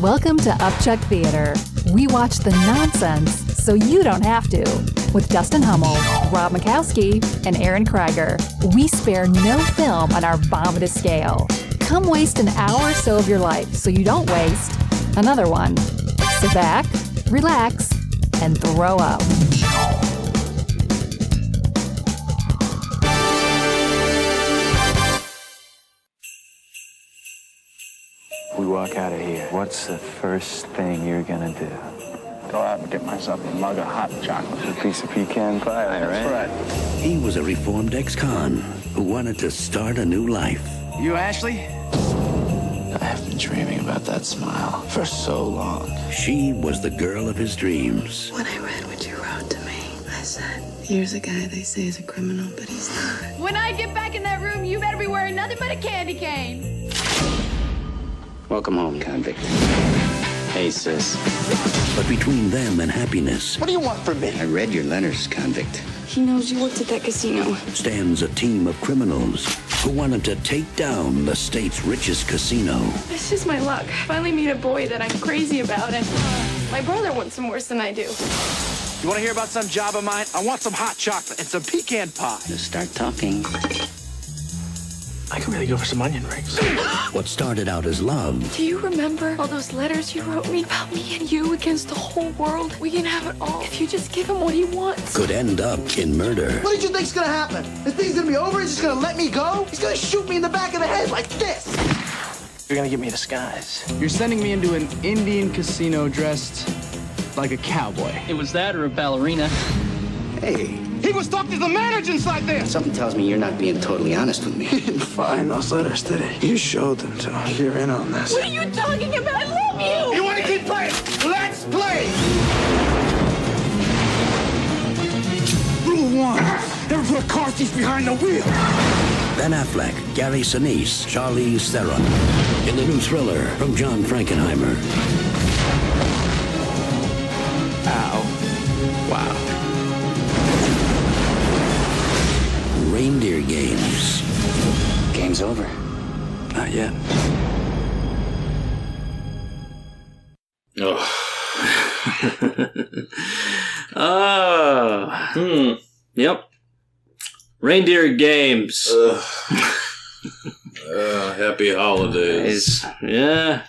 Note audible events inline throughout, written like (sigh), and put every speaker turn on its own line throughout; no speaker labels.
Welcome to Upchuck Theater. We watch the nonsense so you don't have to. With Dustin Hummel, Rob Mikowski, and Aaron Krieger, we spare no film on our vomitous scale. Come waste an hour or so of your life so you don't waste another one. Sit back, relax, and throw up.
We walk out of here. What's the first thing you're gonna do?
Go out and get myself a mug of hot chocolate.
A piece of pecan pie, there, right?
That's
He was a reformed ex-con who wanted to start a new life.
right. You, Ashley? I have been dreaming about that smile for so long.
She was the girl of his dreams.
When I read what you wrote to me, I said, Here's a guy they say is a criminal, but he's not.
When I get back in that room, you better be wearing nothing but a candy cane.
Welcome home, convict. Hey, sis. But between them and happiness. What do you want from me? I read your letters, convict.
He knows you worked at that casino.
Stands a team of criminals who wanted to take down the state's richest casino.
This is my luck. I finally meet a boy that I'm crazy about, and uh, my brother wants him worse than I do.
You want to hear about some job of mine? I want some hot chocolate and some pecan pie.
Just start talking.
I can really go for some onion rings.
What started out as love
Do you remember all those letters you wrote me about me and you against the whole world? We can have it all if you just give him what he wants.
could end up in murder.
What did you think's gonna happen? This thing's gonna be over. He's just gonna let me go. He's gonna shoot me in the back of the head like this.
You're going to give me the skies. You're sending me into an Indian casino dressed like a cowboy.
It was that or a ballerina.
Hey,
He was talking to the managers like this.
something tells me you're not being totally honest
(laughs)
with me.
Find those letters, did he? You showed them to him. You're in on this.
What are you talking about? I love you!
You want to keep playing? Let's play. Rule one. Never put a car thief behind the wheel.
Ben Affleck, Gary Sinise, Charlize Theron. In the new thriller from John Frankenheimer,
Ow. Wow.
Reindeer Games. Game's over. Not yet.
Oh.
(laughs) Ah.
uh, hmm. Yep. Reindeer games
Uh, happy holidays.
is yeah.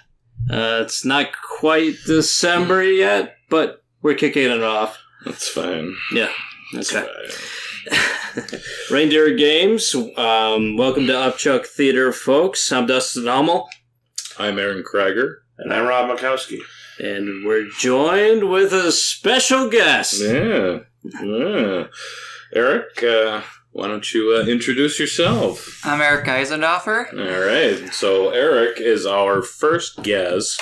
Uh, it's not quite December yet, but we're kicking it off.
That's fine.
Yeah. Okay. (laughs) Reindeer games. Um, welcome to Upchuck Theater, folks. I'm Dustin Hummel,
I'm Aaron Krager.
And I'm Rob Mikowski.
and we're joined with a special guest.
Yeah. Yeah. Eric, uh, why don't you uh, introduce yourself?
I'm Eric Eisendorfer.
All right. So, Eric is our first guest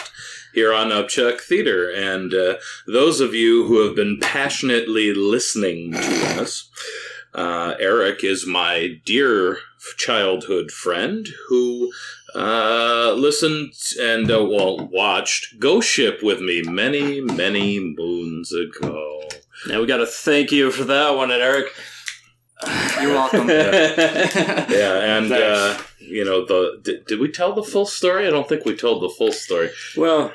here on Upchuck Theater. And uh, those of you who have been passionately listening to us, uh, Eric is my dear childhood friend who uh, listened and uh, well watched Ghost Ship with me many, many moons ago.
And we got to thank you for that one, Eric.
You're
(laughs)
welcome.
Yeah, and uh, you know the did, did we tell the full story? I don't think we told the full story.
well,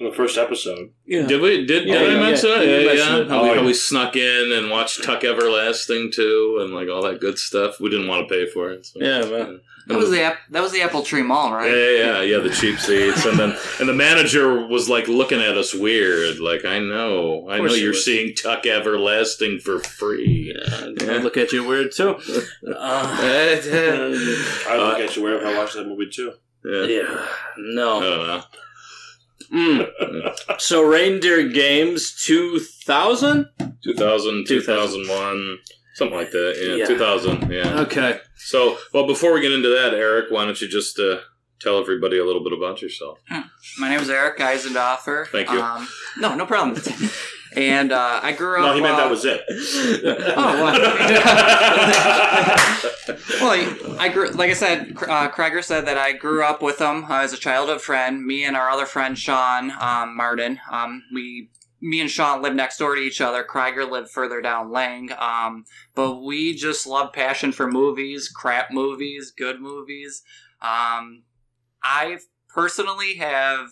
The first episode.
yeah.
Did we? Did,
Yeah,
did
yeah,
I mention
yeah.
it?
You
Yeah, yeah.
mentioned it.
How,
Oh,
we,
yeah.
how we snuck in and watched Tuck Everlasting too, and like all that good stuff. We didn't want to pay for it. so-
Yeah, well.
That was the app- that was the Apple Tree Mall,
Yeah,
right?
yeah, yeah, yeah, the cheap seats, and then and the manager was like looking at us weird, like I know, I know
course he
you're
was.
seeing Tuck Everlasting for free.
I look at you weird too. Uh, (laughs)
I don't think I should wear it if I watched that movie too.
Yeah.
yeah,
I
no.
don't know.
Mm. So reindeer games two thousand. 2000.
2000, 2001, something like that. Yeah,
Yeah.
2000. Yeah.
Okay.
So, well, before we get into that, Eric, why don't you just uh, tell everybody a little bit about yourself?
My name is Eric Eisendorfer.
Thank you.
Um, no, no
(laughs)
problem. and uh, I grew up.
No, he meant
uh,
that was it.
Oh, well.
(laughs)
well, I grew, like I said, uh, Krager said that I grew up with him uh, as a childhood friend. Me and our other friend Sean um, Martin. Um, we, me and Sean lived next door to each other. Krager lived further down Lang. Um, but we just love passion for movies, crap movies, good movies. Um, I personally have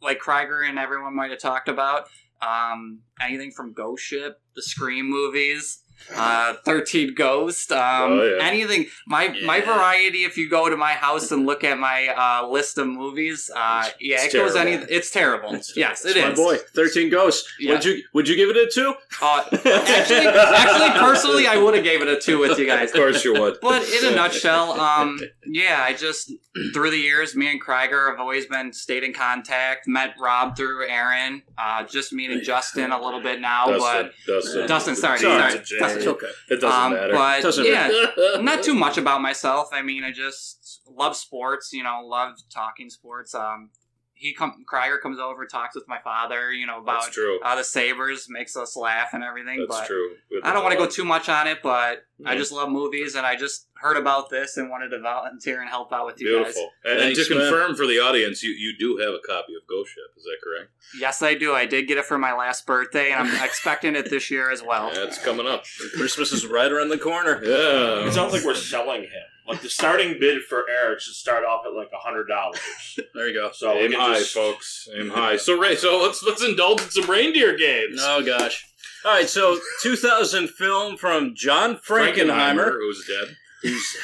like Krieger and everyone might have talked about. Um, anything from Ghost Ship, the Scream movies, uh, Thirteen Ghost, um,
Oh, yeah.
anything. My my variety. If you go to my house and look at my uh, list of movies, uh, yeah,
It's
it goes any.
terrible.
It's terrible. yes,
It's
it is.
my boy, thirteen ghosts. Would you would you give it a two?
Uh, actually, actually, personally, I would have gave it a two with you guys.
Of course you would.
But in a nutshell, um, yeah, I just through the years, me and Krieger have always been stayed in contact. Met Rob through Aaron, uh, just me and Justin a little bit now.
Dustin,
but
Dustin.
sorry,
Sorry,
sorry,
it's a J.
Dustin. Um,
It's okay. It doesn't matter.
But
Doesn't
yeah,
matter.
not too much about myself. I mean, I just love sports. You know, love talking sports. Um, he come Krieger comes over, talks with my father. You know about
That's true.
Uh, the Sabers makes us laugh and everything.
That's
but
true. With
I don't want to
the-
go too much on it, but I
Mhm.
just love movies, and I just heard about this and wanted to volunteer and help out with you
Beautiful.
guys.
And, and to confirm for the audience, you, you do have a copy of Ghost Ship, is that correct?
yes, I do. I did get it for my last birthday, and
(laughs)
I'm expecting it this year as well.
That's coming up.
Christmas is right around the corner.
Yeah.
It sounds like we're selling him. Like the starting bid for Eric should start off at like hundred dollars.
There you go.
So we
Aim
can
high,
just-
folks. Aim high. So, Ray, so let's let's indulge in some reindeer games.
Oh gosh. All right, so 2000 film from John Frankenheimer,
who's dead.
Who's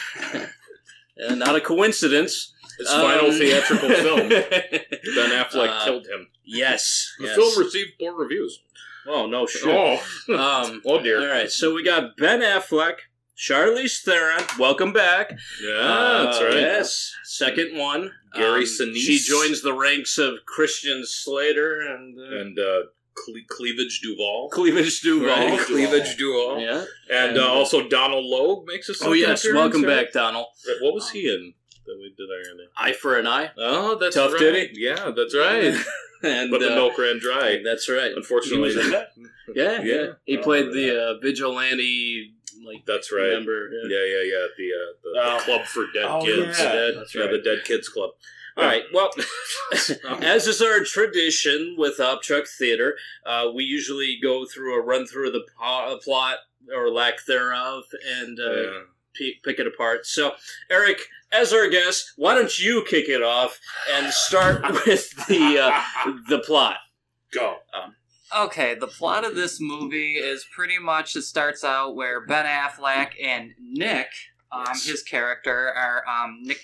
(laughs) uh, not a coincidence. Um,
His
(laughs)
final theatrical film. Ben Affleck
Uh,
killed him.
Yes.
The
yes.
film received poor reviews.
Oh no
(laughs)
shit.
Oh.
um,
(laughs) oh dear.
All right, so we got Ben Affleck, Charlize Theron. Welcome back.
Yeah,
Uh,
that's right.
Yes, second one.
Gary
Um,
Sinise.
She joins the ranks of Christian Slater and uh,
And uh, Cle- Cleavage Duval.
Cleavage Duval.
Right, Cleavage Duval.
Yeah.
And uh, also Donald Logue makes a
Oh yes,
second
welcome
appearance,
back, Donald.
right? What was he in that we did Iron Man?
Um, Eye for an eye.
Oh, that's
Tough
right.
titty.
Yeah, that's right.
(laughs) and
but the
uh,
milk ran dry.
That's right.
Unfortunately,
He
(laughs)
was in that? Yeah, (laughs) yeah. He
Oh,
played the uh, vigilante. Like
That's right.
Member.
Yeah, yeah, yeah. The, uh, the, the
Oh.
club for dead
Oh,
kids.
yeah.
Dead-
That's
yeah,
right. Oh.
the dead kids club.
All right. (laughs) Well, as is our tradition with Upchuck Theater, uh, we usually go through a run through of the po- uh, plot or lack thereof and uh,
Yeah.
pe- pick it apart. So, Eric, as our guest, why don't you kick it off and start (laughs) with the (laughs) uh, the plot?
Go.
Um,
Okay, the plot of this movie is pretty much it starts out where Ben Affleck and Nick, um, his character, are um, Nick.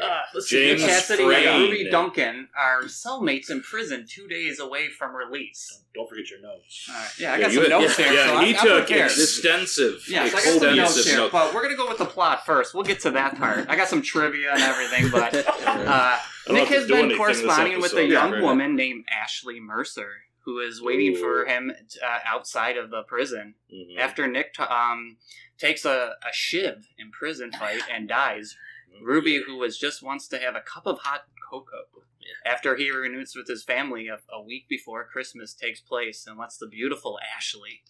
Uh, let's see, Nick
James
Cassidy
Frain.
and Ruby Duncan are cellmates in prison two days away from release.
Don't forget your notes.
All right, yeah, I got
you
some
had-
notes here.
Yeah,
so
he
I'm, I'm
took
prepared.
extensive.
Yeah, so I got
extensive
some notes here,
notes.
but we're gonna go with the plot first. We'll get to that part. I got some trivia and everything,
(laughs)
but uh,
don't know
Nick has
if it's doing anything
been
this
corresponding with a
episode.
young
Yeah, right.
woman named Ashley Mercer, who is waiting for
Ooh.
him uh, outside of the prison.
Mm-hmm. Mm.
After Nick t- um, takes a, a shiv in prison fight and dies,
Mm-hmm.
Ruby, who was just wants to have a cup of hot cocoa, after he reunites with his family a, a week before Christmas takes place, and lets the beautiful Ashley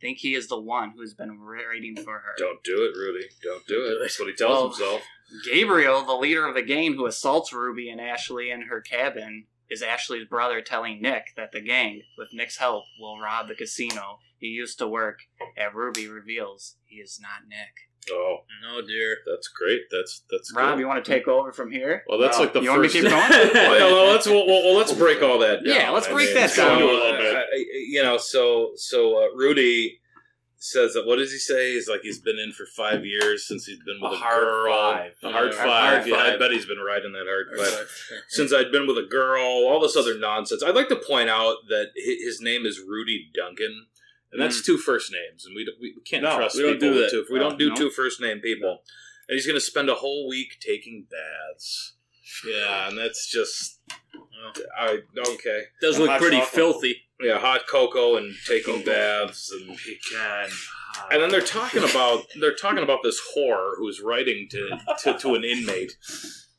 think he is the one who has been waiting for her.
Don't do it, Rudy. Don't do it. That's what he tells
Well,
himself.
Gabriel, the leader of the gang who assaults Ruby and Ashley in her cabin, is Ashley's brother telling Nick that the gang, with Nick's help, will rob the casino he used to work at. Ruby reveals he is not Nick.
Oh,
no, dear.
That's great. That's that's.
Rob,
good.
you want to take over from here?
Well, that's
No.
like the
you want
first.
me to
(laughs)
keep going?
well, no, let's well, well, let's break all that. Down.
Yeah, let's break that
so,
down.
uh, I- I- you know, so so uh, Rudy says that. What does he say? He's like he's been in for five years since he's been with
A
a,
hard
girl.
five.
A hard
Yeah.
five.
Hard
yeah, I
five.
bet he's been riding that hard,
Hard
five since I'd been with a girl. All this other nonsense. I'd like to point out that hi- his name is Rudy Duncan. And that's
Mm.
two first names, and we, d- we we can't
No,
trust
we don't
people
do
with
that.
two. If we
No,
don't do
no.
two first name people, and he's going to spend a whole week taking baths. Yeah, and that's just I okay.
Does look
Hot
pretty
chocolate.
filthy.
Yeah, hot cocoa and taking baths and
pecan.
And then they're talking about they're talking about this whore who's writing to to, to an inmate.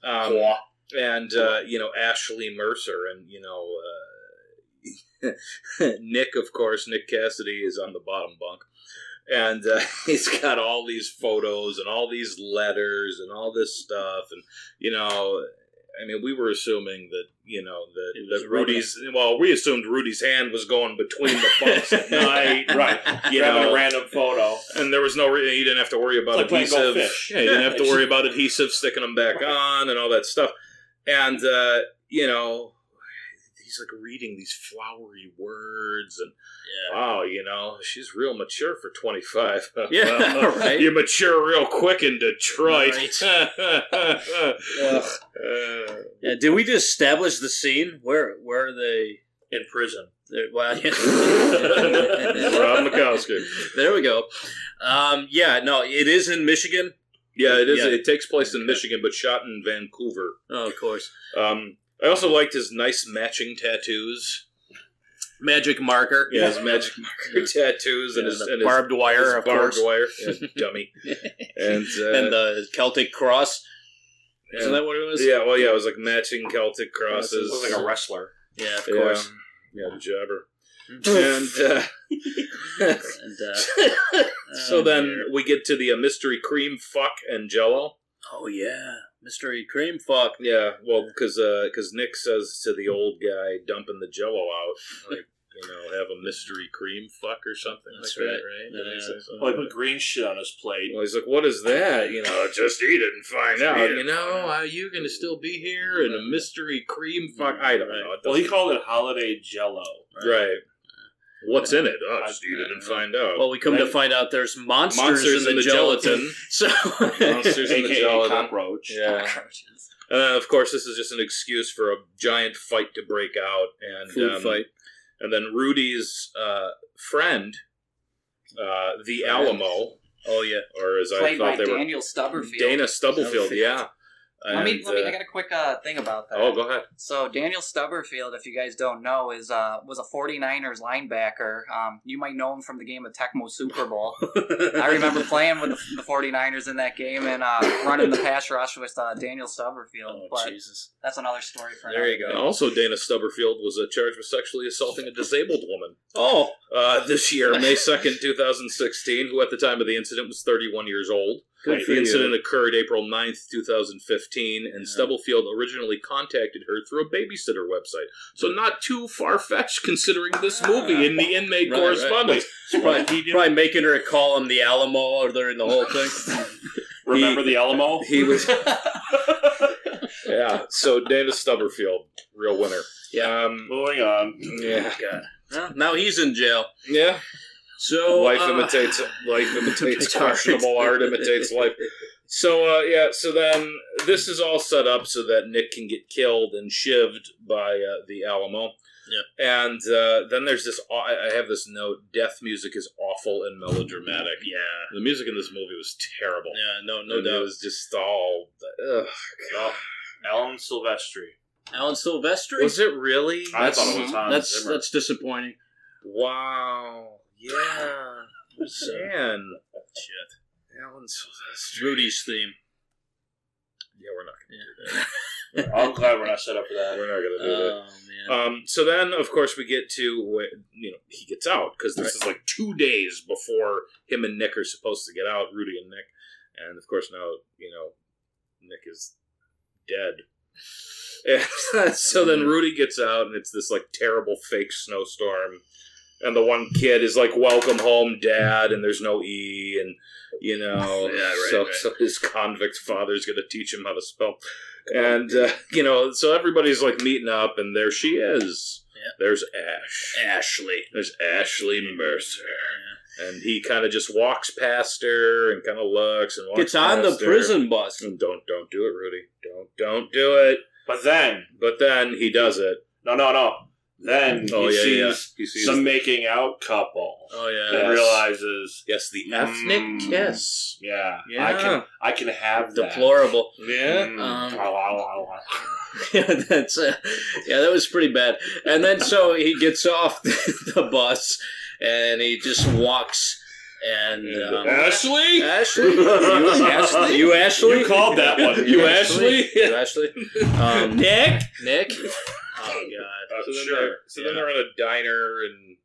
Um, and uh, you know Ashley Mercer and you know uh, (laughs) Nick of course Nick Cassidy is on the bottom bunk and uh, (laughs) he's got all these photos and all these letters and all this stuff and you know i mean we were assuming that you know that,
was
that
rubbing.
rudy's well we assumed rudy's hand was going between the bunks at night
right.
you
Grab
know
a random photo.
and there was no re- you didn't have to worry about
It's like playing
adhesive
goldfish.
yeah you didn't have to
(laughs)
worry about adhesive sticking them back on and all that stuff and uh, you know he's like reading these flowery words and wow, you know, she's real mature for twenty (laughs) five.
Yeah, (laughs)
(laughs)
right.
You mature real quick in Detroit. (laughs)
Ugh.
Uh,
Yeah, did we just establish the scene? Where where are they in prison? They're,
(laughs)
(laughs) well, yeah.
Rob Mikowski.
There we go. Um, yeah, no, it is in Michigan.
Yeah, it is.
Yeah.
It takes place in Michigan, but shot in Vancouver.
Oh, of course.
Um, I also liked his nice matching tattoos.
Magic marker.
Yeah, his
(laughs)
magic marker tattoos and,
Yeah,
his,
the
and his-
barbed wire,
his
of
barbed
course.
wire,
(laughs)
yeah, dummy, and uh,
and the Celtic cross. Isn't that what it was?
Yeah, well, yeah, it was like matching Celtic crosses.
Looks like a wrestler.
Yeah, of
Yeah.
course.
Yeah, the jobber. and uh,
(laughs) And, uh,
(laughs) so then we get to the uh, mystery cream fuck and Jello.
oh yeah, mystery cream fuck.
Yeah, well, because Nick says to the old guy dumping the Jello out, like you know, have a mystery cream fuck or something
That's
like
right.
that, right? Didn't he say
Yeah.
something
Well, he
like "Oh."
put green shit on his plate.
Well, he's like, "What is that?" You
(laughs)
know, just eat it and find
Just
out.
eat it.
You know, are you going to still be here in a mystery cream fuck?
Mm,
I don't know. It
Well, he
doesn't-
called it holiday jello.
right. What's in it? Oh, just eat it and find out.
Well, we come to
Right?
find out there's monsters,
Monsters
in the, gelatin. (laughs) So
monsters in the
AKA
gelatin.
cockroach.
Yeah.
(laughs)
And then, of course, this is just an excuse for a giant fight to break out and
Food
um,
fight.
And then Rudy's uh, friend, uh, the
Friend.
Alamo,
Oh yeah.
or as I
Played by
thought they
Daniel
were
Stubblefield.
Dana Stubblefield. Yeah.
let me,
And,
let me.
uh,
I got a quick uh, thing about that.
oh, go ahead.
So Daniel Stubberfield, if you guys don't know, is uh, was a 49ers linebacker. Um, you might know him from the game of Tecmo Super Bowl.
(laughs)
I remember playing with the, the 49ers in that game and uh, running the pass rush with uh, Daniel Stubberfield. but
Oh, Jesus.
that's another story for
There you
another
go.
And also, Dana Stubberfield was uh, charged with sexually assaulting a disabled woman
Oh,
uh, this year, May 2nd, 2016, who at the time of the incident was 31 years old.
Good for
the
you.
incident occurred April 9th, 2015, and Stubblefield originally contacted her through a babysitter website. So, not too far fetched considering this movie in the
Right,
inmate
right.
correspondence.
probably, probably making her call him the Alamo or they're in the whole thing.
Remember the Alamo?
He was. (laughs) yeah, so Dana Stubberfield, real winner.
Yeah. Oh,
Um,
Moving on.
yeah.
God. Well, now he's in jail.
Yeah.
So
life
uh,
imitates
(laughs)
life imitates
art.
questionable art imitates life. So uh, yeah, so then this is all set up so that Nick can get killed and shivved by uh, the Alamo. Yeah. And uh, then there's this. aw- I I have this note: death music is awful and melodramatic.
Yeah.
The music in this movie was terrible.
Yeah. No. No
And It
doubt.
was just all. Ugh, God.
Alan Silvestri.
Alan Silvestri.
Was it really?
I thought it was Hans
that's
Zimmer.
that's disappointing.
Wow.
(laughs)
Yeah. Man.
Shit.
Alan Silvestri.
Rudy's theme.
Yeah, we're not gonna do that.
I'm glad we're not set up for that.
We're not gonna do that.
Oh man.
Um, so then, of course, we get to wh- you know he gets out because this is like two days before him and Nick are supposed to get out, Rudy and Nick, and of course now you know Nick is dead. And (laughs) so then Rudy gets out, and it's this like terrible fake snowstorm, and the one kid is like, "Welcome home, Dad," and there's no e, and you know,
(laughs) Yeah, right,
so
right.
so his convict father's gonna teach him how to spell and uh, you know, so everybody's like meeting up, and there she is.
Yeah.
There's Ash.
Ashley.
There's Ashley Mercer, and he kind of just walks past her and kind of looks and walks
Gets on the
past her.
prison bus.
And don't don't do it, Rudy. Don't don't do it.
But then,
But then he does it.
no, no, no. Then
Oh,
he,
yeah,
sees
yeah. He sees-
some making out couple
Oh yeah.
and
Yes.
realizes,
Yes, the ethnic
Mm.
kiss.
yeah, I
Yeah.
can, I can have that.
Deplorable. (laughs)
Yeah.
Mm.
Um,
Ow, ow, ow, ow.
yeah, that's uh, yeah, that was pretty bad. And then so he gets off the, the bus and he just walks and
(laughs)
um,
Ashley.
Ashley, you Ashley, you Ashley,
You called that one.
You Ashley?
(laughs) you Ashley, um,
Nick.
Nick. Oh God.
Uh,
So then,
sure.
they're, so then they're in a diner, and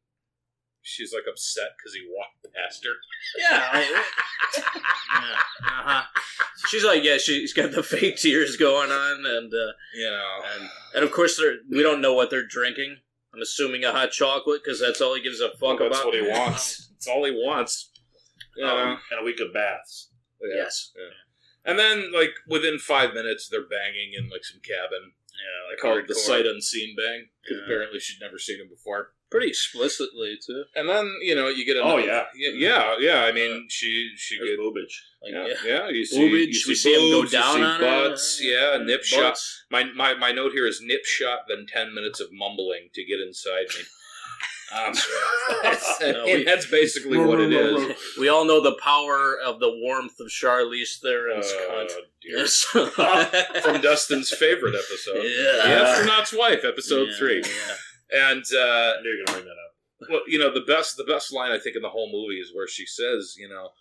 she's like upset because he walked past her.
Yeah. I-
(laughs)
yeah, uh-huh. She's like, yeah, she's got the fake tears going on, and uh,
You know.
and and of course they're we don't know what they're drinking. I'm assuming a hot chocolate because that's all he gives a fuck
Well,
about.
that's what he wants. That's all he wants.
Um, and a week of baths.
Yeah.
Yes.
And then, like within five minutes, they're banging in like some cabin. Yeah,
like
called the
hardcore.
sight unseen bang because
Yeah.
apparently she'd never seen him before.
Pretty explicitly too.
And then you know you get
Oh,
another-
yeah.
Y- yeah yeah. I mean she she get boobage yeah,
yeah.
yeah you see
Boobage,
you see
we see 'em go
boobs, you
down
see
on her.
butts yeah nip
Butts.
shot my, my my note here is nip shot then ten minutes of mumbling to get inside me. Um, that's,
No, we-
that's basically what it is.
We all know the power of the warmth of Charlize Theron's
Uh,
cunt. Yes.
from Dustin's favorite episode,
Yeah.
The Astronaut's Wife, episode
Yeah,
three,
yeah.
and uh, you're gonna bring that up. (laughs) Well, you know the best the best line I think in the whole movie is where she says, you know,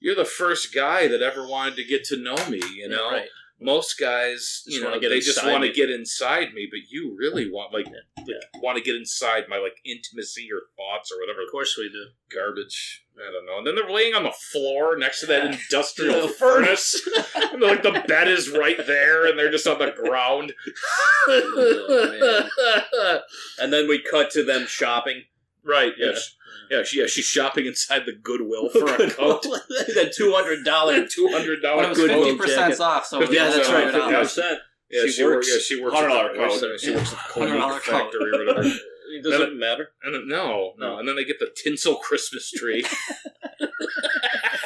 you're the first guy that ever wanted to get to know me. You
Yeah,
know,
right.
most guys,
Just
you
wanna
know,
get
they just
inside
want
me.
to get inside me, but you really want like, want to get inside my like intimacy or thoughts or whatever. Of course we do. Garbage. I don't know. And then they're laying on the floor next to that
(laughs)
industrial furnace. (laughs) and they're like the bed is right there, and they're just on the ground. (laughs)
and then we cut to them shopping.
Right. Yeah. she- Yeah. She, yeah. She's shopping inside the
(laughs)
Goodwill
(laughs)
for a (laughs) coat.
that two hundred dollar,
(laughs) two hundred
But it was 50% off, so it was
yeah, that's
only
right.
$100.
50%.
Yeah, she, works. Yeah, she works. at
$100
the-
coat.
She works at the
$100
Colgate factory or whatever.
It doesn't
Then-
matter.
And then- no, no. And then they get the tinsel Christmas tree.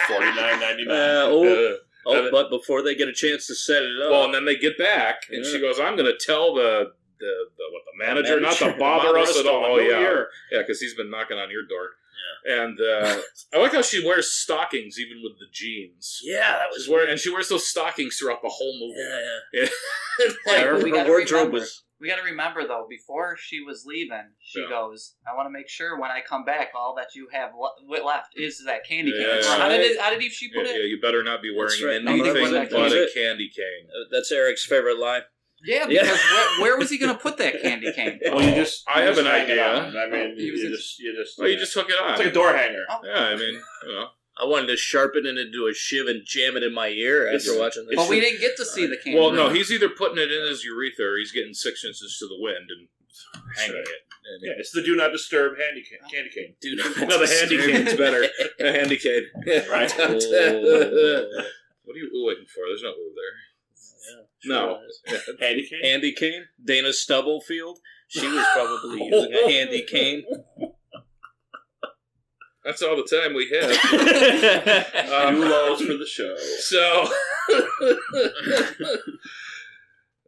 Forty nine ninety
Uh, oh, oh, but before they get a chance to set it up,
Well, and then they get back, and she
Yeah.
goes, "I'm going to tell the." The, the, what, the manager,
(laughs)
not
manager.
to bother us at all.
Bother
Oh,
us all
yeah,
year.
yeah, because he's been knocking on your door. Yeah, and uh, I like how she wears stockings even with the jeans.
Yeah, that was
She's wearing, and she wears those stockings throughout the whole movie.
(laughs)
Yeah,
Like,
Her-
we
her
gotta
wardrobe
remember-
was-
We got to remember though. Before she was leaving, she
Yeah.
goes, "I want to make sure when I come back, all that you have le- left is that candy cane."
Yeah.
Or how did it, how did she put
yeah,
it?
you better not be wearing
That's right.
anything
Number one,
but a
that's it.
candy cane.
Uh, that's Eric's favorite line.
Yeah,
Yeah.
because Where, where was he going to put that candy
(laughs)
cane?
Well, you just.
I
you
have
just
an
hang it
idea.
on. I mean,
He
you,
was
you
in-
just, you just.
Well, you just hook it on.
It's like a door hanger.
Yeah, I mean, you know.
Oh. I wanted to sharpen it into a shiv and jam it in my ear
It's-
after watching this.
But we didn't get to see the candy.
Well, no,
cane.
(laughs) he's either putting it in his urethra or he's getting six inches to the wind and hanging
right.
it. And
Yeah, it's the do not disturb handy can- candy cane.
Do
no, the handy cane's (laughs) better. The handy (laughs) cane.
Right.
Oh, what are you oohing for? There's no ooh there. No.
Handy cane.
Handy cane, Dana Stubblefield. She was
(laughs)
probably using a handy cane.
That's all the time we have.
(laughs)
Um,
New laws for the show.
So (laughs)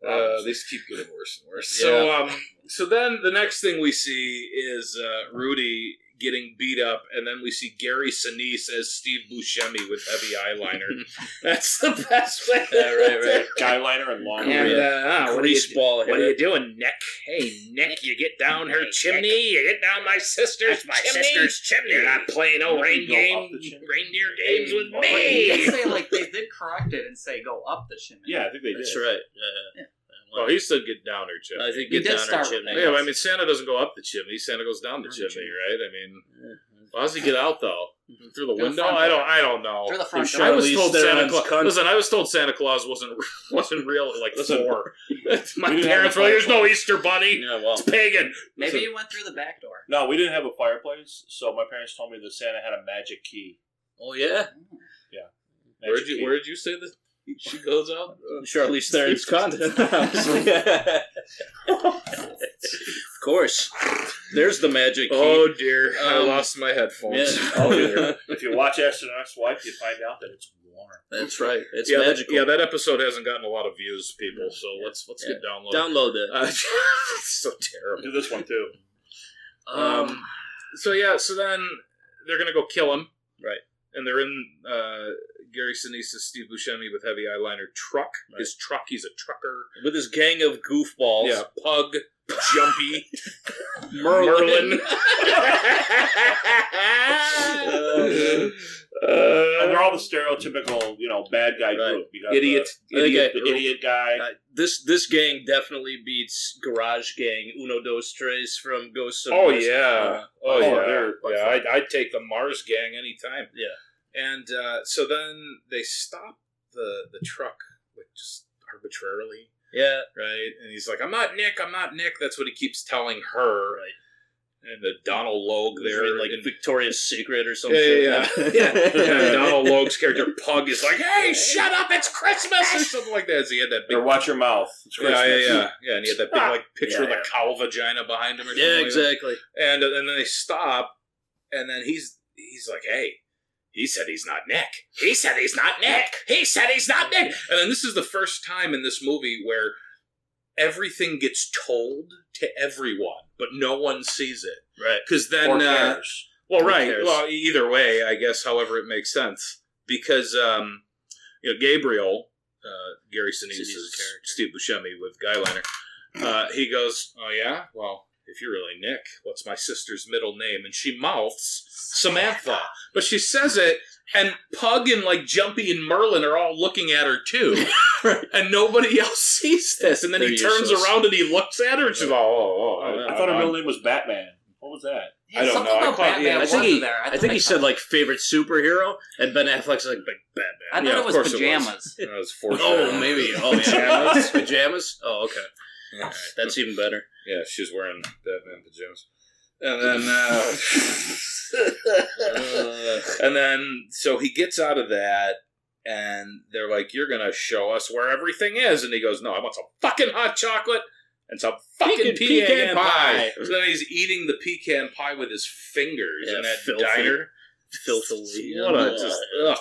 uh, these keep getting worse and worse. So
Yeah.
um, so then the next thing we see is uh, Rudy getting beat up, and then we see Gary Sinise as Steve Buscemi with heavy
(laughs)
eyeliner. That's the best way.
Yeah, right, right.
Guy liner and long.
And,
hair.
uh, ah, what, are you,
Grease ball.
what are you doing, Nick? Hey, Nick, you get down her chimney. You get down my sister's
That's my
chimney.
sister's chimney.
You're not playing no
You
rain
go
game,
up the chimney.
reindeer games with
But they
me.
did say (laughs) like
(laughs)
they did correct it and say go up the chimney.
Yeah, I think they did.
That's right. Uh,
Well, he said get down her chimney.
I think
He
get
did
down
start
our
with
chimney.
that.
Yeah, but I mean, Santa doesn't go up the chimney. Santa goes down the
Down the
chimney,
chimney.
right? I mean, well, how does he get out though?
Mm-hmm.
Through the
Through the
window?
front
I don't.
door.
I don't know.
Through the front
I was
Charlize
told Santa
Theron's
Claus.
cunt.
Listen, I was told Santa Claus wasn't (laughs) wasn't real at like
Listen,
four.
(laughs)
My
we didn't have
parents
a
were like, "There's no
fireplace.
Easter bunny.
Yeah, well,
It's pagan."
Maybe
Listen.
it went through the back door.
No, we didn't have a fireplace, so my parents told me that Santa had a magic key.
oh yeah,
Magic
Where'd you
key.
Where'd you say that she goes out?
Charlize Theron's content. (laughs) of course, there's the magic key.
Oh dear, I
Um,
lost my headphones.
(laughs) yeah.
Oh, yeah. if you watch Astronaut's Wife, you find out that it's warm.
That's right. It's
yeah, that-
magical.
yeah, that episode hasn't gotten a lot of views, people. So let's let's get downloaded. (laughs)
Download it.
Uh, so terrible.
Do this one too.
Um, so yeah, so then they're gonna go kill him,
Right.
And they're in uh, Gary Sinise's Steve Buscemi with heavy eyeliner truck. His truck, he's a trucker.
(laughs) with his gang of goofballs.
Yeah, pug, jumpy,
(laughs) Merlin. (laughs)
Merlin. (laughs)
Ah!
And they're
Uh,
all the stereotypical, you know, bad guy
Right.
group. You got
idiot,
the, idiot,
idiot,
the idiot guy.
Uh, this this gang definitely beats Garage Gang Uno Dos Tres from Ghost. of
Oh
Mars.
yeah,
Uh,
oh, yeah,
they're-
yeah. I'd, I'd take the Mars gang anytime.
Yeah.
And uh, so then they stop the the truck like just arbitrarily,
yeah.
right? And he's like, "I'm not Nick. I'm not Nick." That's what he keeps telling her.
Right.
and the Donald Logue there, like Victoria's Secret or
Yeah,
something.
yeah,
(laughs)
yeah. Yeah, Donald Logue's character Pug is like, "Hey, shut up! It's Christmas!" or something like that. So he had that big.
Or watch your mouth. It's
yeah, yeah,
Christmas.
yeah, yeah, and he had that big like picture
Yeah,
of the cow vagina behind him. Or something
Ah. Yeah,
like that.
exactly.
And and then they stop, and then he's he's like, "Hey." He said he's not Nick. He said he's not Nick. He said he's not Nick. And then this is the first time in this movie where everything gets told to everyone, but no one sees it.
Right.
Because then,
Or
uh,
cares.
well,
Or
right.
cares.
Well, either way, I guess, however it makes sense, because um, you know Gabriel, uh, Gary Sinise's Steve Buscemi with Guyliner, uh, he goes, "Oh yeah, well." If you're really Nick, what's my sister's middle name? And she mouths Samantha, but she says it, and Pug and like Jumpy and Merlin are all looking at her too, and nobody else (laughs) sees this. And then he
They're
turns
useless.
around and he looks at her, and she's like, "Oh, oh, oh,
I thought her middle name was Batman. What was that?
I don't know. I caught- yeah,
I think he, I think he
I
said like favorite superhero, and Ben Affleck's like big Batman.
I thought it was pajamas. That was foreshadowing.
Oh,
(laughs)
maybe. Oh, pajamas. pajamas. Oh, okay. All right, That's even better.
Yeah, she's wearing Batman pajamas. And then, uh, uh,
(laughs)
(laughs) and then, so he gets out of that, and they're like, "You're gonna show us where everything is," and he goes, "No, I want some fucking hot chocolate and some fucking
Fucking
pecan,
pecan
pie."
pie.
So then he's eating the pecan pie with his fingers
Yeah,
in that
filthy.
diner.
Filthily.
(laughs) What a just ugh.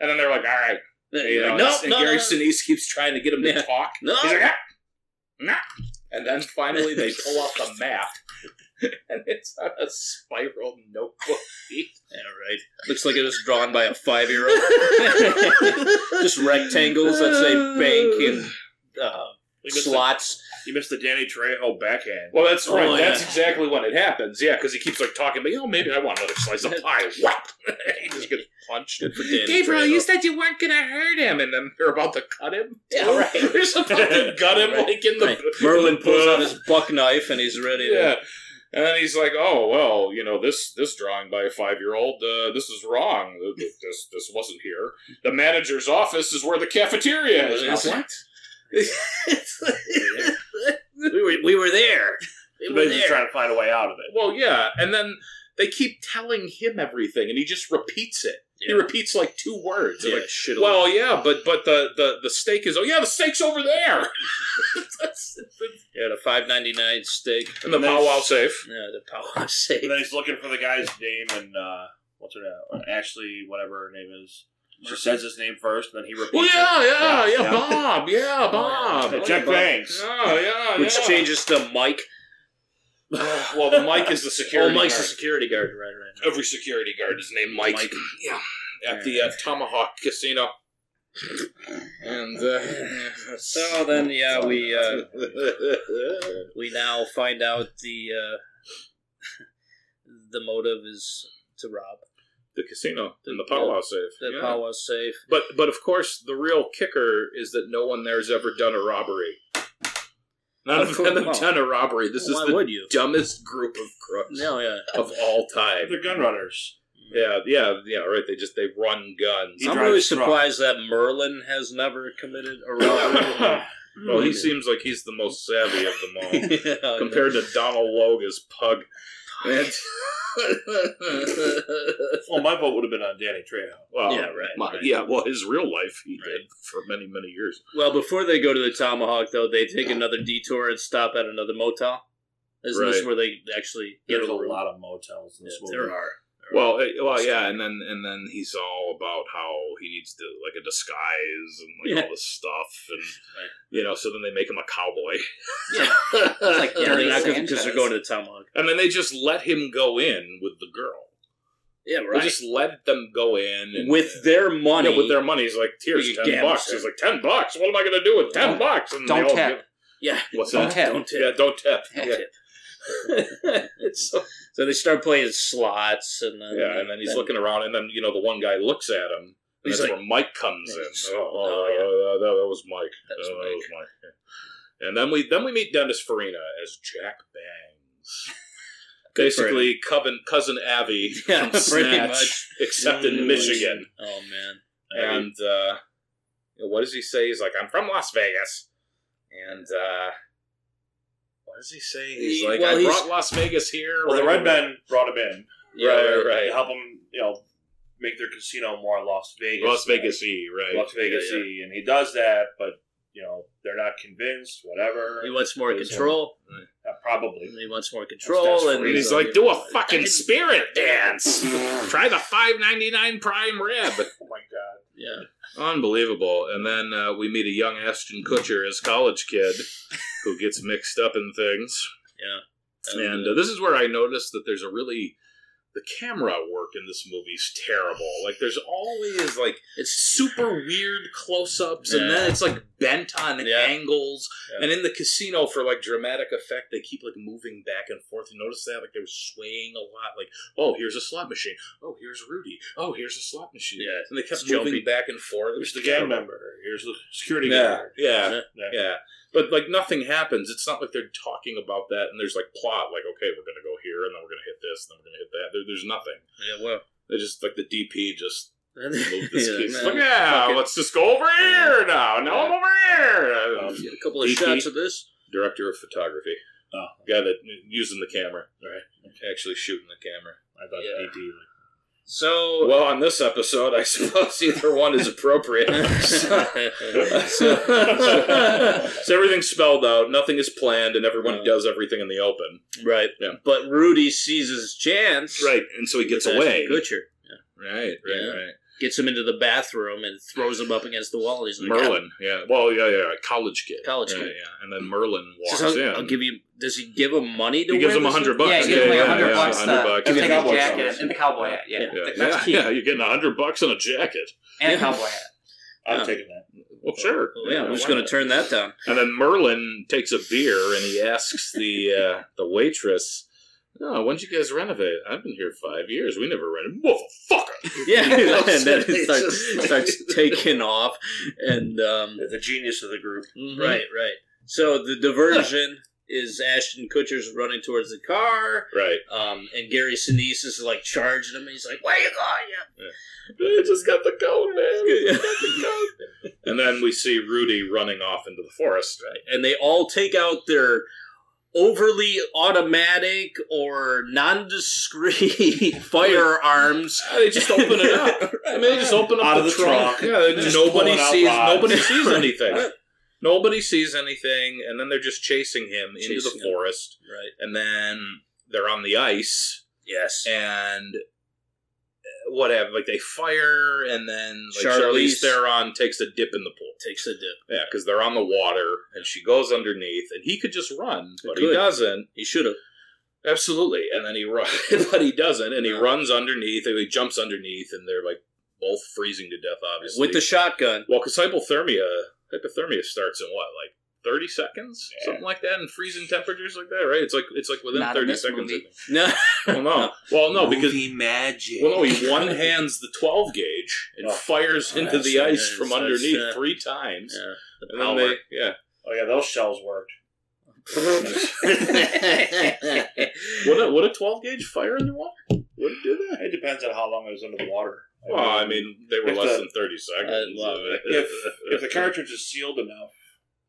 And then they're like, "All right." You know,
no,
and
no,
Gary
no.
Sinise keeps trying to get him to
Yeah.
talk.
No.
He's like, "Ah, nah." And then finally they pull out
(laughs)
the map, (laughs) and it's on a spiral notebook.
(laughs) Yeah, right. Looks like it was drawn by a
(laughs)
five-year-old. Just rectangles that say bank
(laughs)
and uh, slots.
You missed the Danny Trejo backhand.
Well, that's
Oh,
right. That's
yeah.
exactly when it happens. Yeah, because he keeps like talking, but oh, maybe I want another slice of
(laughs)
pie. What? (laughs) he just gets punched. Good for
Danny
Gabriel,
Trejo.
you said you weren't gonna hurt him, and then they're about to cut him.
Yeah, right.
They're about
(laughs)
to gut him
Right.
like in the
Right. Merlin pulls out his buck knife and he's ready. To,
Yeah. And then he's like, "Oh well, you know this this drawing by a five year old. Uh, this is wrong. Th- th- This this wasn't here. The manager's office is where the cafeteria is."
Yeah,
It's like,
what? (laughs) we were we were there. We were
Everybody's
there.
just trying to find a way out of it.
well, yeah. And then they keep telling him everything, and he just repeats it. He repeats like two words. They're
Yeah,
like,
shittily.
well, yeah, but but the the the steak is. Oh yeah, the steak's over there. (laughs) That's-
Yeah, the five ninety nine steak.
and the powwow safe.
Yeah, the powwow (laughs) steak.
And then he's looking for the guy's name and uh, what's her name? Ashley, whatever her name is. She says his name first, and then he repeats.
Well, yeah, yeah,
it.
yeah, Bob, yeah, Bob,
yeah. Jack Banks.
Oh yeah,
Which
yeah.
changes to Mike. (laughs)
Well, the Mike is the
oh,
security.
Mike's
guard.
the security guard. Right, right.
Every security guard is named Mike.
Mike.
Yeah. At the uh, Tomahawk Casino. And
(laughs)
uh,
So then, yeah, we uh,
(laughs)
we now find out the uh, (laughs) the motive is to rob
the casino and the powwow safe.
the
yeah.
powwow safe.
But but of course, the real kicker is that no one there's ever done a robbery. None
Of
of
course-
them have
well,
done a robbery. This
why
is the
would
(laughs)
you?
dumbest group of crooks
No,
(laughs)
yeah, (laughs)
of all time.
They're gun runners.
Yeah, yeah, yeah. Right. They just they run guns.
He
I'm
drives
really
truck.
surprised that Merlin has never committed a robbery.
(coughs)
Mm.
Well, he seems like he's the most savvy of them all.
(laughs) Yeah,
(laughs) compared to Donald Logue as Pug. And- (laughs)
Well, my vote would have been on Danny Trejo.
well,
Yeah, right,
my-
right.
Yeah, well, his real life he
Right.
did for many, many years.
Well, before they go to the Tomahawk, though, they take another detour and stop at another motel. Isn't this
Right.
where they actually get
There's a
room?
lot of motels in
Yeah,
this
there
movie.
are.
Well, eh, well, yeah, and then and then he's all about how he needs to like a disguise and like
Yeah.
all this stuff, and
Right.
you know, so then they make him a cowboy,
Yeah, it's
(laughs)
like yeah, they're not because they're going to the Tomahawk.
and then they just let him go in with the girl.
Yeah,
They just let them go in and,
with their money.
Yeah, with their money, he's like, "Here's
You
ten
gamster.
bucks." He's like, 10 bucks? What am I going to do with 10
Don't-
bucks?" And
don't
all
tap.
give-
(laughs) yeah.
(laughs) What's
Don't
that?
tip.
Don't tip.
Yeah, don't tip.
Don't
yeah.
tip. so, so they start playing slots, and then,
Yeah, and then he's looking around, and then you know the one guy looks at him. And
He's
that's
like-
where Mike comes
Yeah,
in.
he's-
Oh, oh,
oh, yeah.
uh, that, that was Mike.
That was
Uh,
Mike.
yeah. And then we then we meet Dennis Farina as Jack Bangs,
Good for
basically cousin cousin Abby
(laughs) Yeah,
from
pretty
Snatch,
much.
except in Michigan.
Oh man,
And uh, what does he say? He's like, "I'm from Las Vegas," and uh,
What does he say?
He's like, I brought Las Vegas here.
Well, the
right
Red Men brought him in.
Yeah, right, right.
To help him, you know, make their casino more Las Vegas.
Las Vegas-y, right.
Las Vegas
Yeah,
and he does that, but you know they're not convinced. Whatever.
He wants more
He's-
control.
uh, probably.
He wants more
That's
control, and
free. he's like, do a fucking spirit dance. Try the five ninety nine prime rib.
Oh my god.
Yeah.
Unbelievable. And then uh, we meet a young Ashton Kutcher as college kid who gets mixed up in things.
Yeah.
And uh, this is where I noticed that there's a really the camera work in this movie's terrible. Like there's always like it's super weird close-ups and
Yeah.
then it's like bent on angles. And in the casino for like dramatic effect, they keep like moving back and forth. You notice that like they're swaying a lot like, "Oh, here's a slot machine. Oh, here's Rudy. Oh, here's a slot machine."
Yeah.
And they kept
It's
moving
jumpy.
back and forth. It was
Here's the gang
terrible.
member. Here's the security
Yeah,
guard.
yeah, yeah, But like nothing happens. It's not like they're talking about that and there's like plot. Like okay, we're gonna go here and then we're gonna hit this and then we're gonna hit that. There, there's nothing.
yeah, well,
They just like the DP just moved this
Yeah,
piece.
man.
Like, yeah,
Fuck it.
let's just go over here now. Now
Yeah. Oh,
I'm over here. Um,
Get a couple of
E
shots of this.
Director of photography.
Oh.
Guy that using the camera,
Right.
actually shooting the camera.
I thought
Yeah.
DD.
So
Well, on this episode, I (laughs) suppose either one is (laughs) appropriate. So- so, so everything's spelled out, nothing is planned, and everyone does everything in the open.
right,
Yeah.
but Rudy seizes his chance.
Right, and so he gets
with Ashton
away.
Kutcher
Right, right,
Yeah.
right.
gets him into the bathroom and throws him up against the wall. He's like,
Merlin, yeah. Well, yeah, yeah, yeah, college kid.
College
yeah,
kid.
Yeah, and then Merlin
Says,
walks
I'll,
in.
I'll give you. Does he give him money to?
he gives
wear
him a
this
hundred
thing?
bucks.
Yeah, he gives him like a hundred bucks
yeah, 100
to,
bucks.
to take a
cowboy
jacket
hat.
and the cowboy hat. Yeah,
Yeah.
Yeah,
Like,
yeah,
that's key.
yeah, you're getting a hundred bucks and a jacket.
And a cowboy hat.
I'm
Yeah.
taking that.
Well, sure.
Oh, yeah, I'm just
why
going to
not?
turn that down.
(laughs)
And then Merlin takes a beer and he asks the uh, the waitress, "Oh, when'd you guys renovate? I've been here five years. We never renovated. Motherfucker!
Yeah, (laughs)
You know,
and then
so
it
it's
starts,
just-
starts taking off, and um,
The genius of the group.
Mm-hmm.
right, right. So the diversion is Ashton Kutcher's running towards the car,
Right.
um, and Gary Sinise is like charging him. He's like, "Where you going?"
I just got the code, (laughs) man.
Yeah.
and then we see Rudy running off into the forest. Right.
and they all take out their overly automatic or nondiscreet
(laughs)
firearms.
they just open it (laughs) up. I mean, they just open up
Out
the,
of the
trunk.
trunk.
Yeah, they just
Just
nobody
pulling out
sees.
rods.
Nobody
(laughs)
sees anything. nobody sees anything, and then they're just chasing him into
Chasing
the
him.
forest.
Right.
And then they're on the ice.
Yes.
and uh, whatever. Like they fire, and then like Charlize,
Charlize-
Theron takes a dip in the pool.
Takes a dip.
Yeah, because they're on the water, and she goes underneath, and he could just run, but he
could.
doesn't.
He should have.
Absolutely, and then he runs, (laughs) but he doesn't, and he
Yeah.
runs underneath, and he jumps underneath, and they're like both freezing to death, obviously.
With the shotgun.
well, because hypothermia, hypothermia starts in what, like. Thirty seconds, something like that, and freezing temperatures like that, right? It's like it's like within
Not in
thirty
this
seconds. I
movie.
think.
No.
Well, no, well, no, because
magic.
well, no, he (laughs) one hands the 12 gauge and
Oh.
fires
Oh,
into the
that's-
ice from
that's-
underneath
uh,
three times.
Yeah.
and then they, yeah.
Oh yeah, those shells
(laughs)
worked.
Would a, would a 12 gauge fire underwater? Would it do that?
It depends on how long it was under the water.
Well, I mean, they were
If
less
the-
than 30 seconds.
I love it.
if if
(laughs)
the cartridge is sealed enough,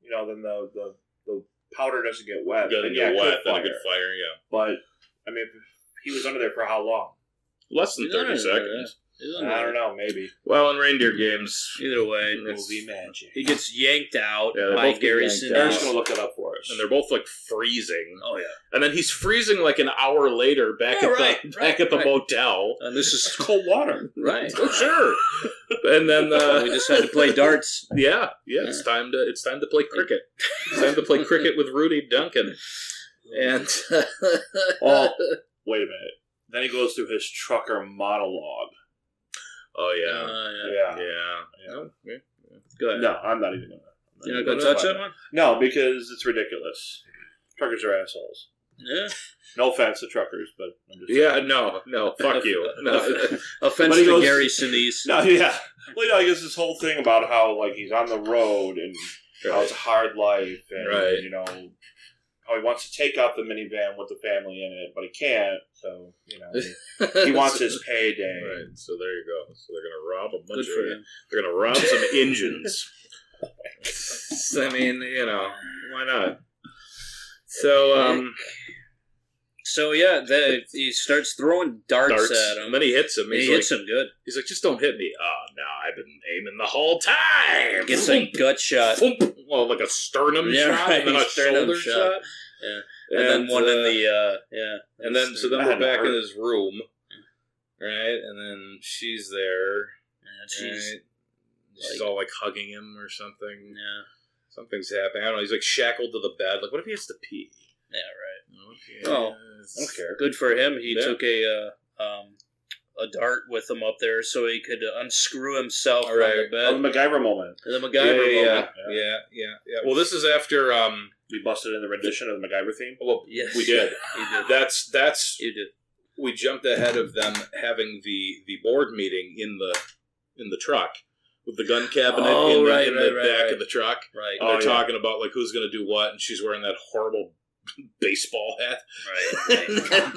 you know, then the the, the powder doesn't get wet.
doesn't
Then,
get
yeah, it
wet,
could
then it
fire.
could fire, yeah.
But I mean, if he was under there for how long?
Less than 30
Yeah,
seconds.
I don't know. Maybe
Well, in reindeer games,
Either way,
It's-
movie magic.
he gets yanked out
Yeah, they
by
both get
Gary
yanked
Sinise.
out.
Eric's gonna look it up for us.
and they're both like freezing.
Oh yeah.
And then he's freezing like an hour later back
Yeah,
at
right,
the
right,
back at the
right.
motel.
And this is
cold water.
right.
(laughs)
Oh, sure. (laughs) and then (laughs) uh,
we just had to play darts.
Yeah, yeah, it's time to it's time to play cricket. It's time to play cricket with Rudy Duncan.
(laughs)
And (laughs)
Oh, wait a minute. Then he goes through his trucker monologue.
oh yeah,
Uh, yeah.
Yeah.
yeah, Oh, yeah.
Go ahead.
No, I'm not even gonna. I'm
You're
not
not gonna
even
touch
fight
that one?
No, because it's ridiculous. Truckers are assholes.
Yeah.
No offense to truckers, but I'm just
Yeah, no, no,
(laughs)
fuck you. No.
Offense
But he
to
goes-
Gary Sinise.
(laughs) No, yeah. Well, you know, I guess this whole thing about how like he's on the road and how it's a hard life, and
Right.
you know how he wants to take out the minivan with the family in it, but he can't. So you know he- he wants
(laughs)
his payday.
Right, so there you go. So they're gonna rob a
Good
bunch
for
of
him.
they're gonna rob some engines. I mean, you know, why not?
So, um, so yeah, the, he starts throwing darts,
Darts.
um,
at him.
And then he hits him.
And he
He's
hits
like-
him good.
He's like, just don't hit me. Oh, no, I've been aiming the whole time.
Gets a gut shot.
Thump. Well, like a sternum
Yeah,
shot and then
right, (laughs)
a
sternum
shoulder
shot.
shot.
Yeah. And, then one in the uh, yeah.
And then so then
That
we're
had to
back in
hurt.
his room, right? And then she's there.
she's,
right? She's
like-
all like hugging him or something.
Yeah.
Something's happening. I don't know. He's like shackled to the bed. Like, what if he has to pee?
Yeah, right.
Okay.
Oh,
I don't care.
Good for him. He
Yeah.
took a uh, um, a dart with him up there, so he could unscrew himself
All right.
from the bed.
Oh, the MacGyver moment.
The
Yeah,
MacGyver
yeah, yeah,
moment.
yeah, yeah, yeah. Well, this is after um,
We busted in the rendition of the MacGyver theme.
Oh, Well,
Yes. (laughs)
we did.
He did.
That's that's
You did.
we jumped ahead of them having the the board meeting in the in the truck with the gun cabinet
Oh,
in the,
right,
in
right,
the
right,
back
right.
of the truck.
Right.
And they're
Oh, yeah.
talking about like who's going to do what, and she's wearing that horrible (laughs) baseball hat.
(laughs)
Right.
and then,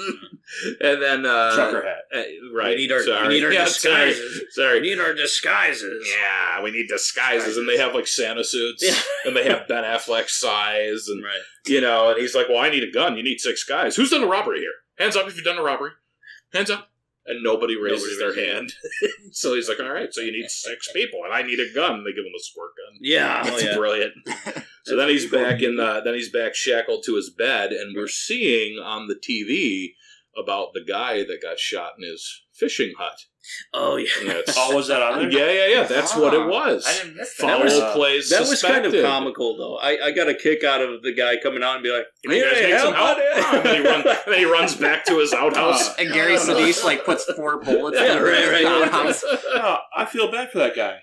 and then uh,
Trucker hat.
uh, right.
We need our- we
sorry.
need our
Yeah, sorry.
disguises.
Sorry.
We need our disguises.
Yeah, we need disguises, and they have like Santa suits, (laughs) and they have Ben Affleck size, and
Right.
you know, and he's like, "Well, I need a gun. You need six guys. Who's done a robbery here? Hands up if you've done a robbery. Hands up." And nobody raises
Nobody
their
raises
hand. (laughs) so he's like, "All right, so you need six people, and I need a gun." They give him a squirt gun.
Yeah, oh,
that's
yeah. (laughs)
brilliant. so then he's back in. Uh, then he's back shackled to his bed, and we're seeing on the TV about the guy that got shot in his fishing hut.
Oh yeah.
it's-
Oh, was that on there?
Yeah, yeah, yeah. That's what it was.
I didn't miss that.
Foul
That was-
play
That was kind of
suspected.
comical, though. I, I got a kick out of the guy coming on and be like,
You guys
"Hey,
need
how
some
about
help?"
it?"
Ah,
And then he runs-
(laughs)
then he runs back to his outhouse.
And Gary Sinise like puts four bullets
Yeah,
in
right, right.
the outhouse.
Oh, I feel bad for that guy.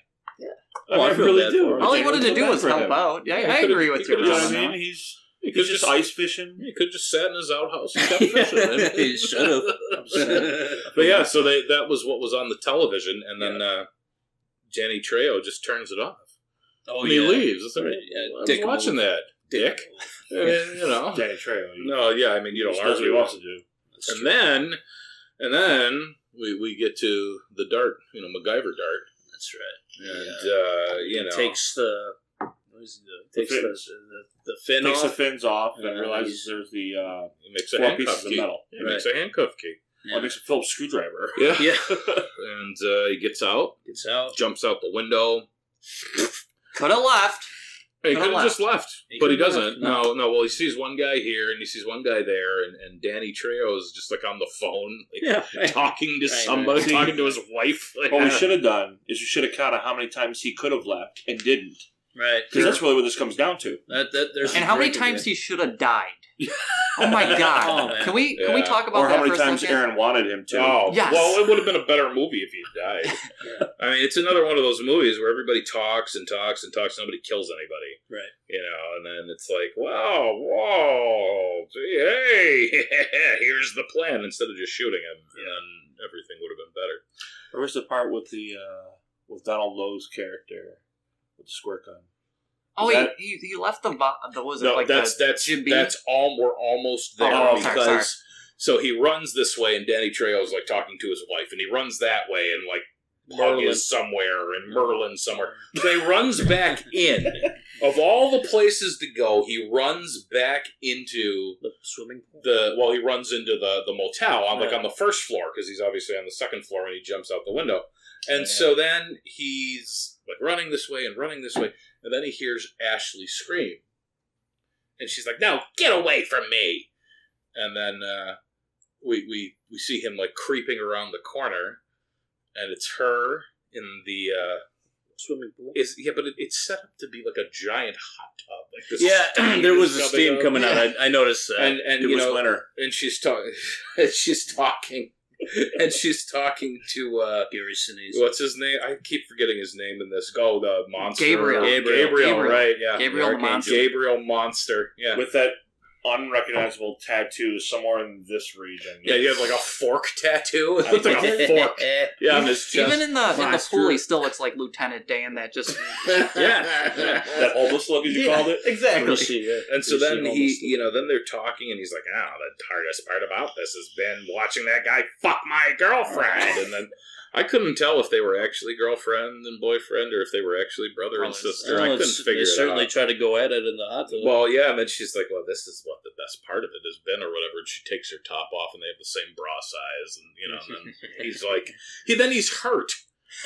Oh,
I,
I
mean, I
feel
really
bad
do.
for him.
I
All
feel
he wanted to
bad
do was
for
help
him.
out. Yeah, I
Yeah, he could've-
agree
he
with you.
You know what I
Ron.
mean? He's
He could
he's
just
just ice fishing.
he could just sat in his outhouse and kept fishing. man.
(laughs) He should
(laughs)
have.
(laughs)
But yeah, so they that was what was on the television, and then uh, Jenny Trejo just turns it off.
Oh,
and
yeah.
he leaves. It's like,
Yeah,
I was
dick
watching
move.
that, Dick. I mean,
(laughs)
you know.
Danny Trejo. He
No, yeah, I mean you don't
just does what he
argue.
wants to do.
and then, and then we we get to the dart, you know, MacGyver dart,
That's right.
and uh, you know,
Takes the. What is it? Takes the,
fin-
the, the fin
Takes the
off.
fins off and
Yeah,
then realizes there's the uh,
he makes a
four pieces
handcuff
of
key.
metal.
He makes a handcuff key.
Well, it makes a Phillips screwdriver. (laughs)
Yeah.
yeah.
(laughs) and uh, he gets out,
Gets out.
jumps out the window.
Could have left.
He
Could've
could have just left,
He
but he
could've left,
doesn't. No, no. Well, he sees one guy here and he sees one guy there, and, and Danny Trejo is just like on the phone, like,
(laughs) Yeah.
talking to
Right,
somebody,
right.
talking to his wife. (laughs) Like,
What we should have done is we should have counted how many times he could have left and didn't.
Right.
Because that's really what this comes down to.
That, that, there's
And
a
how many
drinking
times
game.
he should have died?
(laughs)
Oh my
Oh,
god!
man.
can we can we
Yeah.
talk about
Or
that
how many
for a
times
second?
Aaron wanted him to.
Oh,
Yes.
well, it would have been a better movie if he had died.
(laughs)
I mean, it's another one of those movies where everybody talks and talks and talks, nobody kills anybody,
Right.
you know, and then it's like, wow, whoa, gee, hey, (laughs) here's the plan instead of just shooting him, and then everything would have been better.
Or was the part with the uh, with Donald Lowe's character with the squirt gun?
Oh,
Is that-
he, he he left the bo- the was it
no,
like
that's
the
that's
Jim Beam? (laughs)
that's all. We're almost there
Oh, sorry,
because. So he runs this way, and Danny Trejo's like talking to his wife, and he runs that way, and like Pug
Merlin.
is somewhere, and Merlin somewhere. So he runs
(laughs)
back in. Of all the places to go, he runs back into
The swimming pool.
the well. He runs into the the motel. I'm like
Yeah.
on the first floor because he's obviously on the second floor, and he jumps out the window. And so then he's like running this way and running this way, and then he hears Ashley scream, and she's like, "No, get away from me!" And then uh, we we we see him like creeping around the corner, and it's her in the uh,
swimming pool.
is yeah, but it, it's set up to be like a giant hot tub. Like this
Yeah, (clears throat)
steam
there
is
was a steam coming out.
Yeah.
I, I noticed
(laughs)
that.
And- and,
it
you
was
know,
winter.
and she's talking (laughs) and she's talking (laughs) and she's talking to uh
Gary Sinise.
what's his name i keep forgetting his name in this oh the monster
Gabriel.
gabriel,
Gabriel.
right yeah
Gabriel the
Archangel.
Monster.
gabriel monster yeah
With that unrecognizable tattoo somewhere in this region.
yeah you have like a fork tattoo it
I
looked (laughs) like a
did.
(laughs)
fork yeah on
even,
his chest
even in the in the
plastered.
pool, he still looks like Lieutenant Dan. That just
(laughs)
yeah
that homeless look, as you called it.
exactly.
And so
You see
then
almost
he, you know, then they're talking, and he's like, "Ah, the hardest part about this has been watching that guy fuck my girlfriend." and then I couldn't tell if they were actually girlfriend and boyfriend or if they were actually brother and sister.
Well,
I
it's-
couldn't figure
they
it
certainly
out.
try to go at it in the hot tub.
Well, yeah, and then she's like, "Well, this is what the best part of it has been, or whatever." And she takes her top off, and they have the same bra size, and you know. And
(laughs)
then he's like, he then he's hurt.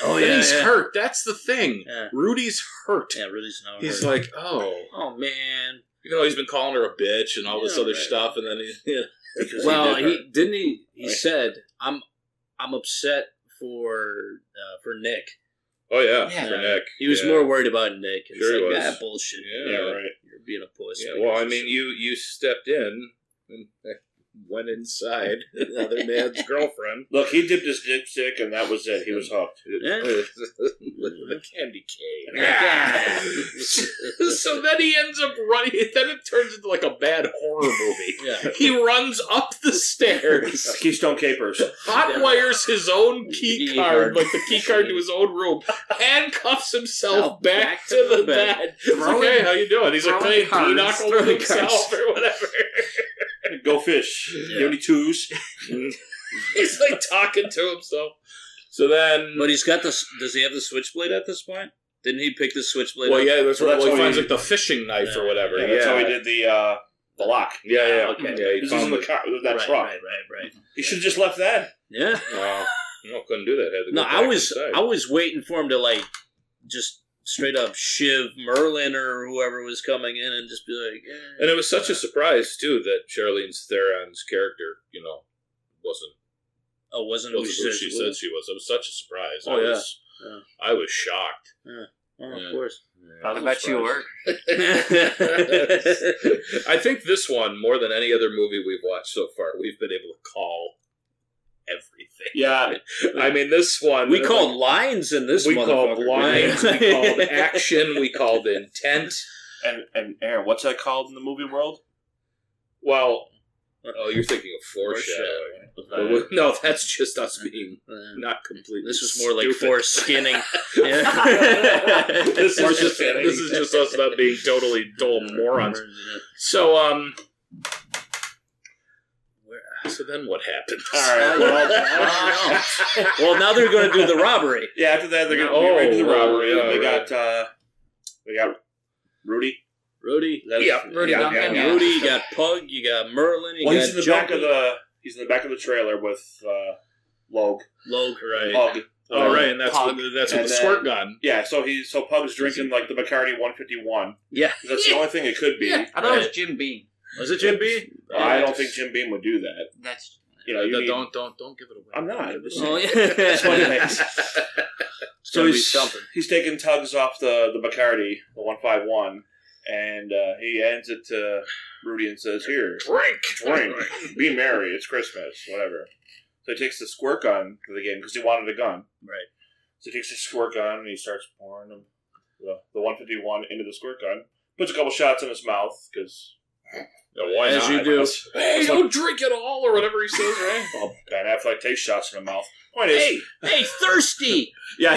Oh,
then
yeah,
he's
yeah.
hurt. That's the thing.
Yeah.
Rudy's hurt.
Yeah, Rudy's not.
He's
hurt.
like, oh,
oh man.
you know, he's been calling her a bitch and all this
Yeah,
other
right.
stuff, and then he, (laughs) Because he
well,
did
he,
hurt.
didn't he. He
Right.
said, "I'm, I'm upset for uh, for Nick."
oh yeah,
Yeah.
for Nick,
He was
yeah.
more worried about Nick. It's
Sure he
like,
was.
"Ah, bullshit.
Yeah, right.
You're being a pussy.
Yeah, well, I mean, you you stepped in and (laughs) went
(laughs)
inside another man's girlfriend.
Look, he dipped his dipstick, and that was it. He was hooked.
the candy cane. so then he ends up running. (laughs) Then it turns into like a bad horror movie.
Yeah.
He runs up the stairs.
(laughs) Keystone Capers.
Hot wires his own key,
Key
card,
card.
like the key card to his own room, handcuffs
Now
himself back, to the bed. It's like,
Throwing-
hey, how you doing? He's like
throwing
playing
cards,
pinochle with
throwing
himself
cards.
or whatever.
(laughs) Go fish. You have any twos?
(laughs) He's like talking to himself. So then,
but he's got this. Does he have the switchblade at this point? Didn't he pick the switchblade?
Well,
up?
yeah, that's
Well,
right.
that's
Well, he
how
finds
he-
like the fishing knife or whatever.
Yeah,
Yeah,
that's how he did the uh, the lock.
Yeah, yeah,
Okay.
yeah. He
This
found
is in the
it.
car, that
right,
truck.
Right, right, right.
He should have just left that.
Yeah. (laughs)
Wow. no, couldn't do that. Had to go
No,
back
I was
inside.
I was waiting for him to like just straight up shiv Merlin or whoever was coming in and just be like, eh.
and it was such a surprise too that Charlene's Theron's character, you know, wasn't
"Oh, wasn't it
wasn't who she said she was. It was such a surprise.
Oh,
I
yeah.
was,
Yeah.
I was shocked.
Oh,
Yeah.
Of course.
I bet you
(laughs)
were.
I think this one more than any other movie we've watched so far, we've been able to call everything.
Yeah.
I mean, this one
We called lines in this.
we called
motherfucker.
lines, we
(laughs)
called action, we called intent.
And and Aaron, what's that called in the movie world?
Well, oh, you're thinking of foreshadowing.
Foreshadowing.
But we- (laughs) no, that's just us being
Yeah.
not completely.
Uh, This was more like
stupid.
foreskinning.
this is just
Foreskinning.
(laughs) this is just us
(laughs)
not being totally dull
Uh,
morons.
Yeah.
So um. So then, what happens?
All right. Well,
Well, now they're going to do the robbery.
yeah. After that, they're gonna
Oh,
get ready to the robbery.
yeah,
they
right.
got uh, they got Rudy.
Rudy.
That's-
Yeah,
Rudy Duncan, yeah.
Rudy, you got Pug, you got Merlin, you
Well,
got
he's in the back of the he's in the back of the trailer with uh, Logue.
Logue, right?
Pug. Um,
All Oh, right, and that's
Pog.
with, that's
And
with the
then-
squirt gun.
Yeah. So he so Pug's drinking like the Bacardi 151.
(laughs) Yeah.
That's the only thing it could be.
I thought it was Jim Beam.
Was it Jim B?
I don't think Jim Beam would do that.
That's
You know, you need-
don't don't don't give it away.
I'm not. I'm just saying.
Oh, yeah.
That's what it
(laughs)
makes. so
gotta be
he's
something.
he's taking tugs off the the Bacardi, the one five one, and uh, he hands it to Rudy and says, "Here,
Drink,
drink,
(laughs)
be merry. It's Christmas, whatever." So he takes the squirt gun for the game because he wanted a gun.
Right.
So he takes the squirt gun and he starts pouring the, the 151 into the squirt gun. Puts a couple shots in his mouth because
Yeah, why
As
not?
you do.
Hey, don't drink it all or whatever he says, right?
(laughs) well, Ben Affleck takes shots in the mouth. Point is,
(laughs) Hey, hey, thirsty! (laughs)
yeah,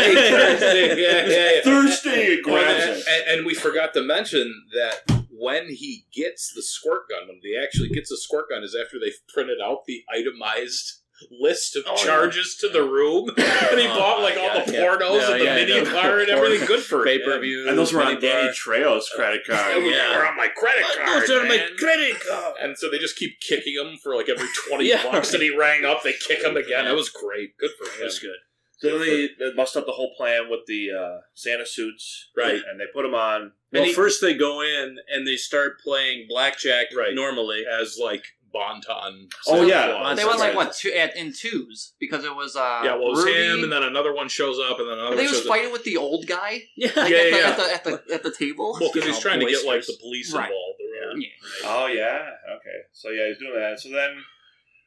Thursday, yeah, yeah, yeah.
thirsty. He grabs
and,
it.
and- and we forgot to mention that when he gets the squirt gun, when he actually gets the squirt gun, is after they've printed out the itemized list of
Oh, yeah.
charges to the room, (laughs) and he
Oh,
bought like all
yeah,
the
yeah.
pornos
Yeah,
and the
yeah,
mini
yeah.
bar and everything. Good for
Pay
him.
per view.
And those were on Danny Trejo's credit
They
card.
were-
Yeah.
they were on my credit card.
Those are my
man.
credit card.
and so they just keep kicking him for
(laughs)
like every twenty
Yeah.
bucks that he rang up. They kick him again. That was great. Good for him.
That's good.
So they, they bust up the whole plan with the uh, Santa suits,
Right.
And they put them on.
Well,
he-
first they go in and they start playing blackjack
Right.
normally.
as like Bonton.
Oh,
Santa
yeah.
Claus.
they went like what two at, in twos because it was uh
Yeah, well, it was
Rudy,
him, and then another one shows up, and then
I think
another one
he was
shows up.
fighting with the old guy.
Yeah. Oh,
Like,
Yeah,
at, the,
yeah.
at the at the at the table.
Well, because he's trying to get like
Oysters.
the police
Right.
involved. or whatever.
Yeah.
Oh yeah, okay. So yeah, he's doing that. So then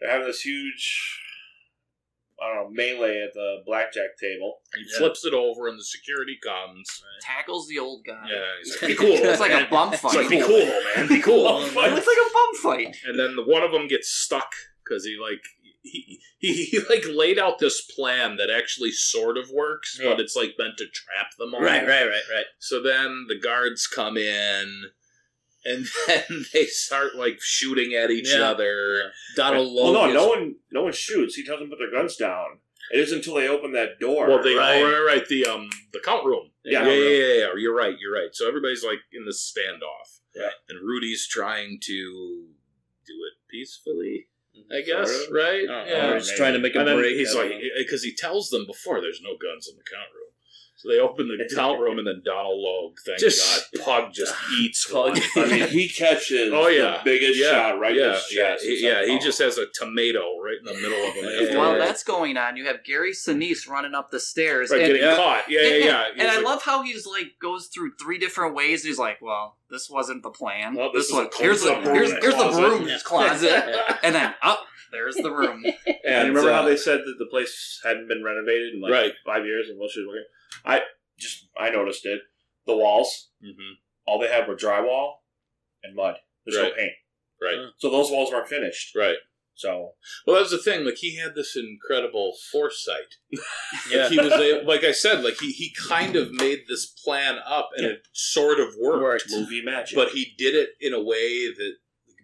they're having this huge, I don't know, melee at the blackjack table.
He
Yeah.
flips it over, and the security comes.
Tackles the old guy.
Yeah,
(laughs)
he's like, be cool.
It's like a
man.
bum
It's
fight.
like, be cool,
(laughs)
man. Be cool.
It looks like a bum fight.
and then the one of them gets stuck because he like he, he he (laughs) like laid out this plan that actually sort of works, but it's like meant to trap them all.
Right, right, right, right.
So then the guards come in, and then they start like shooting at each
Yeah.
other.
Donald
Well,
Logue.
no,
is-
no one, no one shoots. He tells them to put their guns down. It is until they open that door.
Well, they right. right, right, the um the count room.
Yeah.
yeah, yeah, yeah, yeah. You're right. You're right. So everybody's like in the standoff,
Yeah.
and Rudy's trying to do it peacefully. I guess, right?
Yeah. Or he's trying to make a
and then
break,
He's
I
like,
don't
because he tells them before there's no guns in the count room. So they open the count room, and then Donald Logue, thank
Just-
God,
(laughs)
Pug just eats Pug.
I mean, he catches
oh yeah,
the biggest
yeah.
shot right in
yeah,
his
yeah,
chest.
he,
It's
yeah.
like,
He
oh.
just has a tomato right in the middle
(laughs)
of him.
While that's going on, you have Gary Sinise running up the stairs,
Right,
and,
getting caught. Yeah, yeah,
and-
yeah.
(laughs) And,
He's
I
like-
love how he's like goes through three different ways. He's like, "Well, this wasn't the plan.
Well,
this
this was
was
a
here's the
close-up
here's,
room
here's the
closet."
broom closet,
(laughs)
and then up there's the room."
And
And,
remember
uh,
how they said that the place hadn't been renovated in like
Right.
five years and Wilshire's working? I just I noticed it. The walls,
Mhm.
all they had were drywall and mud. There's
Right.
no paint.
Right.
So those walls weren't finished.
Right.
So
Well, that was the thing. Like he had this incredible foresight.
(laughs)
Like, he was a- like I said, like he he kind of made this plan up, and it sort of worked.
movie magic.
But he did it in a way that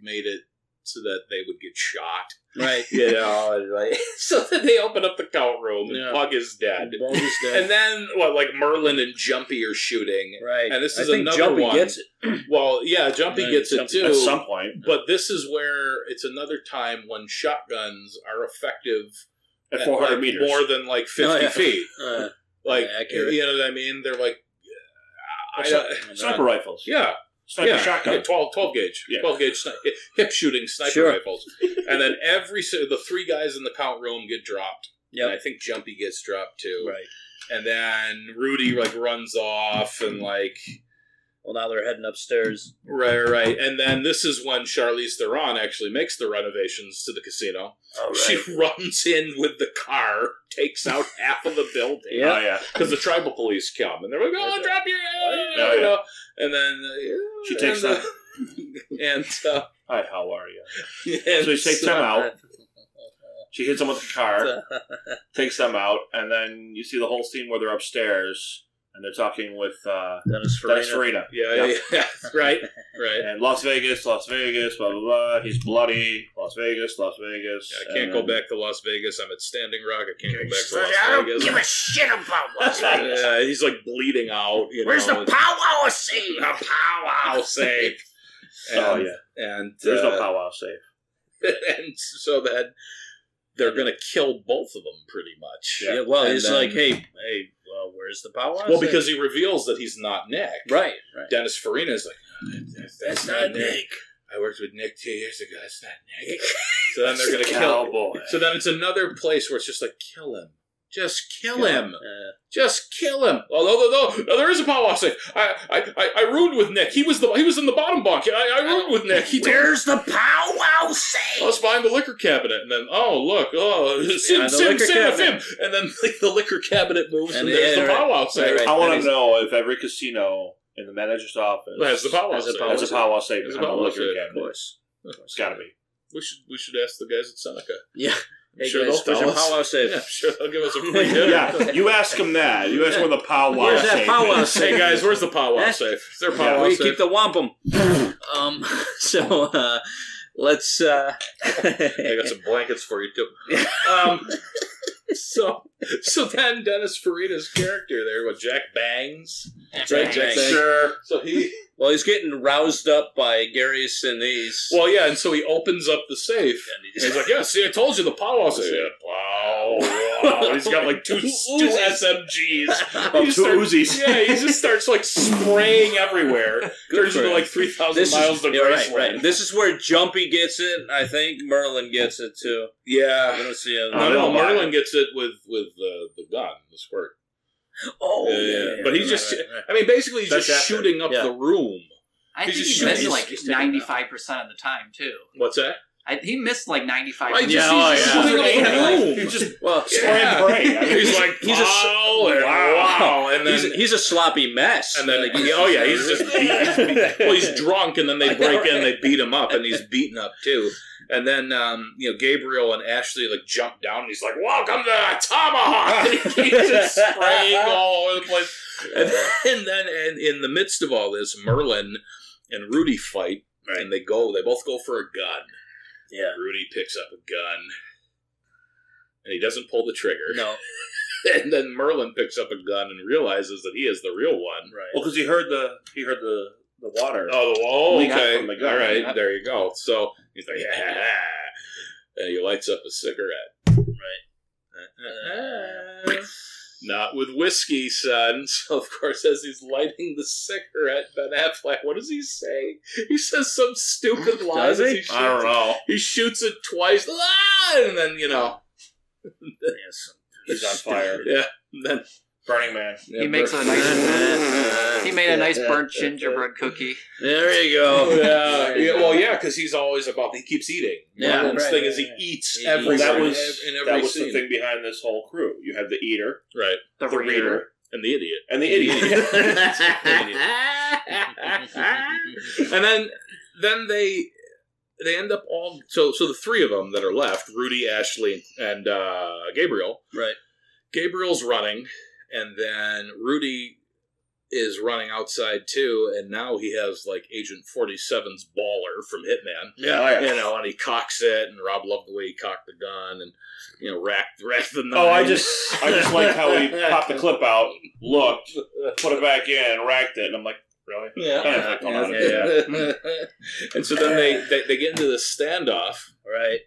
made it so that they would get shot.
(laughs) Right.
You know, and, like, so then they open up the count room and
Yeah.
Pug is dead.
Pug is dead.
And then what like Merlin and Jumpy are shooting.
Right.
And this
I
is
think
another
Jumpy
one.
gets
Well, yeah, Jumpy
Right,
gets
Jumpy-
it too.
at some point.
But this is where it's another time when shotguns are effective
At 400
like,
meters.
more than like fifty
(laughs) Oh, yeah.
feet.
Uh,
like
accurate.
you know what I mean? They're like
Or
I
sni-
don't-
uh, (laughs) sniper rifles.
Yeah.
Sniper
yeah,
shotgun.
yeah, 12, 12 gauge,
Yeah.
twelve gauge sni- hip shooting sniper
Sure.
rifles, and then every si- the three guys in the count room get dropped. Yeah, I think Jumpy gets dropped too.
Right.
and then Rudy like runs off and like.
Mm-hmm. Well, now they're heading upstairs.
Right, right, right. And then this is when Charlize Theron actually makes the renovations to the casino. She runs in with the car, takes out half of the building.
Yeah. Oh, yeah.
Because the tribal police come and they're like, oh, drop your
yeah.
you know. And then uh,
She takes
and,
that-
and uh, (laughs)
Hi, how are you?
and
so he takes them out. She hits them with the
(laughs)
car, takes them out, and then you see the whole scene where they're upstairs and they're talking with uh,
Dennis
Dennis
Farina.
Farina.
Yeah, yeah, yeah. right, right.
And Las Vegas, Las Vegas, blah blah blah. He's bloody. Las Vegas, Las Vegas.
Mm-hmm. I can't
and
go
then-
back to Las Vegas. I'm at Standing Rock. I can't go back to
Sorry,
Las
I don't
Vegas.
give a
shit about Las Vegas.
Yeah, he's like bleeding out. You
Where's
know.
the powwow scene?
A powwow safe.
(laughs)
And,
Oh, yeah.
and
There's no
uh,
powwow safe.
(laughs) and so that they're gonna kill both of them pretty much.
Yeah, well,
And
he's
then-
like, hey, hey, well, where's the powwow?
well, because he reveals that he's not Nick.
Right, right.
Dennis Farina is like, that's, that's not Nick. I worked with Nick two years ago. That's not Nick. so then they're gonna kill.
Cowboy.
So then it's another place where it's just like, kill him. Just kill him. Just kill him. Oh no, no, no, no! There is a powwow safe. I, I, I, I roomed with Nick. He was the, he was in the bottom bunk. I, I roomed with Nick. He told-
Where's the powwow safe?
Let's find the liquor cabinet, and then oh look, oh Sim,
the
Sim,
liquor
Sim, Sim,
cabinet.
and then (laughs) like the liquor cabinet moves, and,
And
there's
yeah,
the
right.
powwow safe.
I want
And
to know if every casino in the manager's office
Has the powwow
has a
safe.
powwow, has a powwow safe.
Has a
and a
powwow
liquor
safe, of
cabinet.
course.
It's got to be.
we should we should ask the guys at Seneca.
Yeah.
I'm
Hey,
sure
guys,
they'll
where's
tell
your
us.
powwow safe?
Yeah, (laughs) I'm sure they'll give us a free (laughs) dinner.
Yeah, you ask him that. You ask where the powwow
Where's
safe.
that powwow
is.
safe? Hey, guys, where's the powwow
Eh?
safe? Is there a
Yeah,
powwow
we
safe?
keep the wampum. um, so uh, let's. Uh,
I got some blankets for you too. Um, so, so then Dennis Farina's character there, what Jack Bangs, right? Jack Bangs. So he,
well, he's getting roused up by Gary Sinise.
Well, yeah, and so he opens up the safe. And
just-
he's like, "Yeah, see, I told you the powwow safe." Yeah, powwow. he's got like two, two (laughs) SMGs,
Oh,
He just
two
starts-
Uzis.
Yeah, he just starts like spraying everywhere. Turns
for
into
him.
like three thousand
This
miles
is,
to
yeah, right,
Graceland.
right. This is where Jumpy gets it. I think Merlin gets it too.
Yeah,
I don't see
No, no, Merlin gets it with with uh, the gun, the squirt.
Oh,
Yeah, yeah, yeah. but he's just. I mean, basically, he's
That's
just
after.
shooting up
Yeah.
the room.
I
He's
think
just
he missed
shooting-
like
he's taking it out.
ninety five percent of the time too.
What's that?
I, he missed like ninety five.
I just- Yeah, he's just oh, shooting yeah. up the room.
He's
just
well,
yeah. (laughs) he's like,
(laughs) he's a
"Wow, and wow," and then-
he's, he's a sloppy mess.
And then, oh yeah, he's just beat,
(laughs)
he's beat- well, he's drunk, and then they break in, they beat him up, and he's beaten up too. And then, um, you know, Gabriel and Ashley like jump down, and he's like, "Welcome to Tomahawk!" And he keeps just spraying all over the place. And then, and then, and in the midst of all this, Merlin and Rudy fight, and they go, they both go for a gun.
Yeah,
Rudy picks up a gun.
and he doesn't pull the trigger.
No.
and then Merlin picks up a gun and realizes that he is the real one.
Right.
Well, because he heard the he heard the the water.
Oh, oh
leak out
okay.
from the gun.
All right,
Yep.
there you go. So he's like, yeah. And he lights up a cigarette. Right. Not with whiskey, son. (laughs) So, of course, as he's lighting the cigarette, Ben Affleck, what does he say? He says some stupid line.
Does
as
he?
shoots
I don't
it.
know.
He shoots it twice, ah! and then, you know.
He's on fire.
(laughs) Yeah. and then
Burning Man.
he makes a
(laughs)
nice. he made a nice burnt gingerbread cookie.
There you go.
Yeah, yeah well, yeah, because he's always about he keeps eating.
Yeah,
Merlin's
right,
thing
right,
is he
right.
eats
He
every
eats.
that was
in every
that was
scene.
the thing behind this whole crew. You have the eater,
right?
The, reader.
and the idiot,
and
(laughs)
(laughs)
the (laughs) idiot.
and then then they they end up all so so the three of them that are left Rudy Ashley and uh, Gabriel
right
Gabriel's running and then Rudy is running outside too and now he has like Agent 47's baller from Hitman
Yeah, oh, yeah.
you know and he cocks it and Rob loved the way he cocked the gun and you know racked racked the knife
oh, I just I just like how he
(laughs)
popped the clip out, looked, put it back in, racked it, and I'm like, really?
Yeah.
Kind of like, come on, yeah.
(laughs) and so then they, they they get into the standoff, right?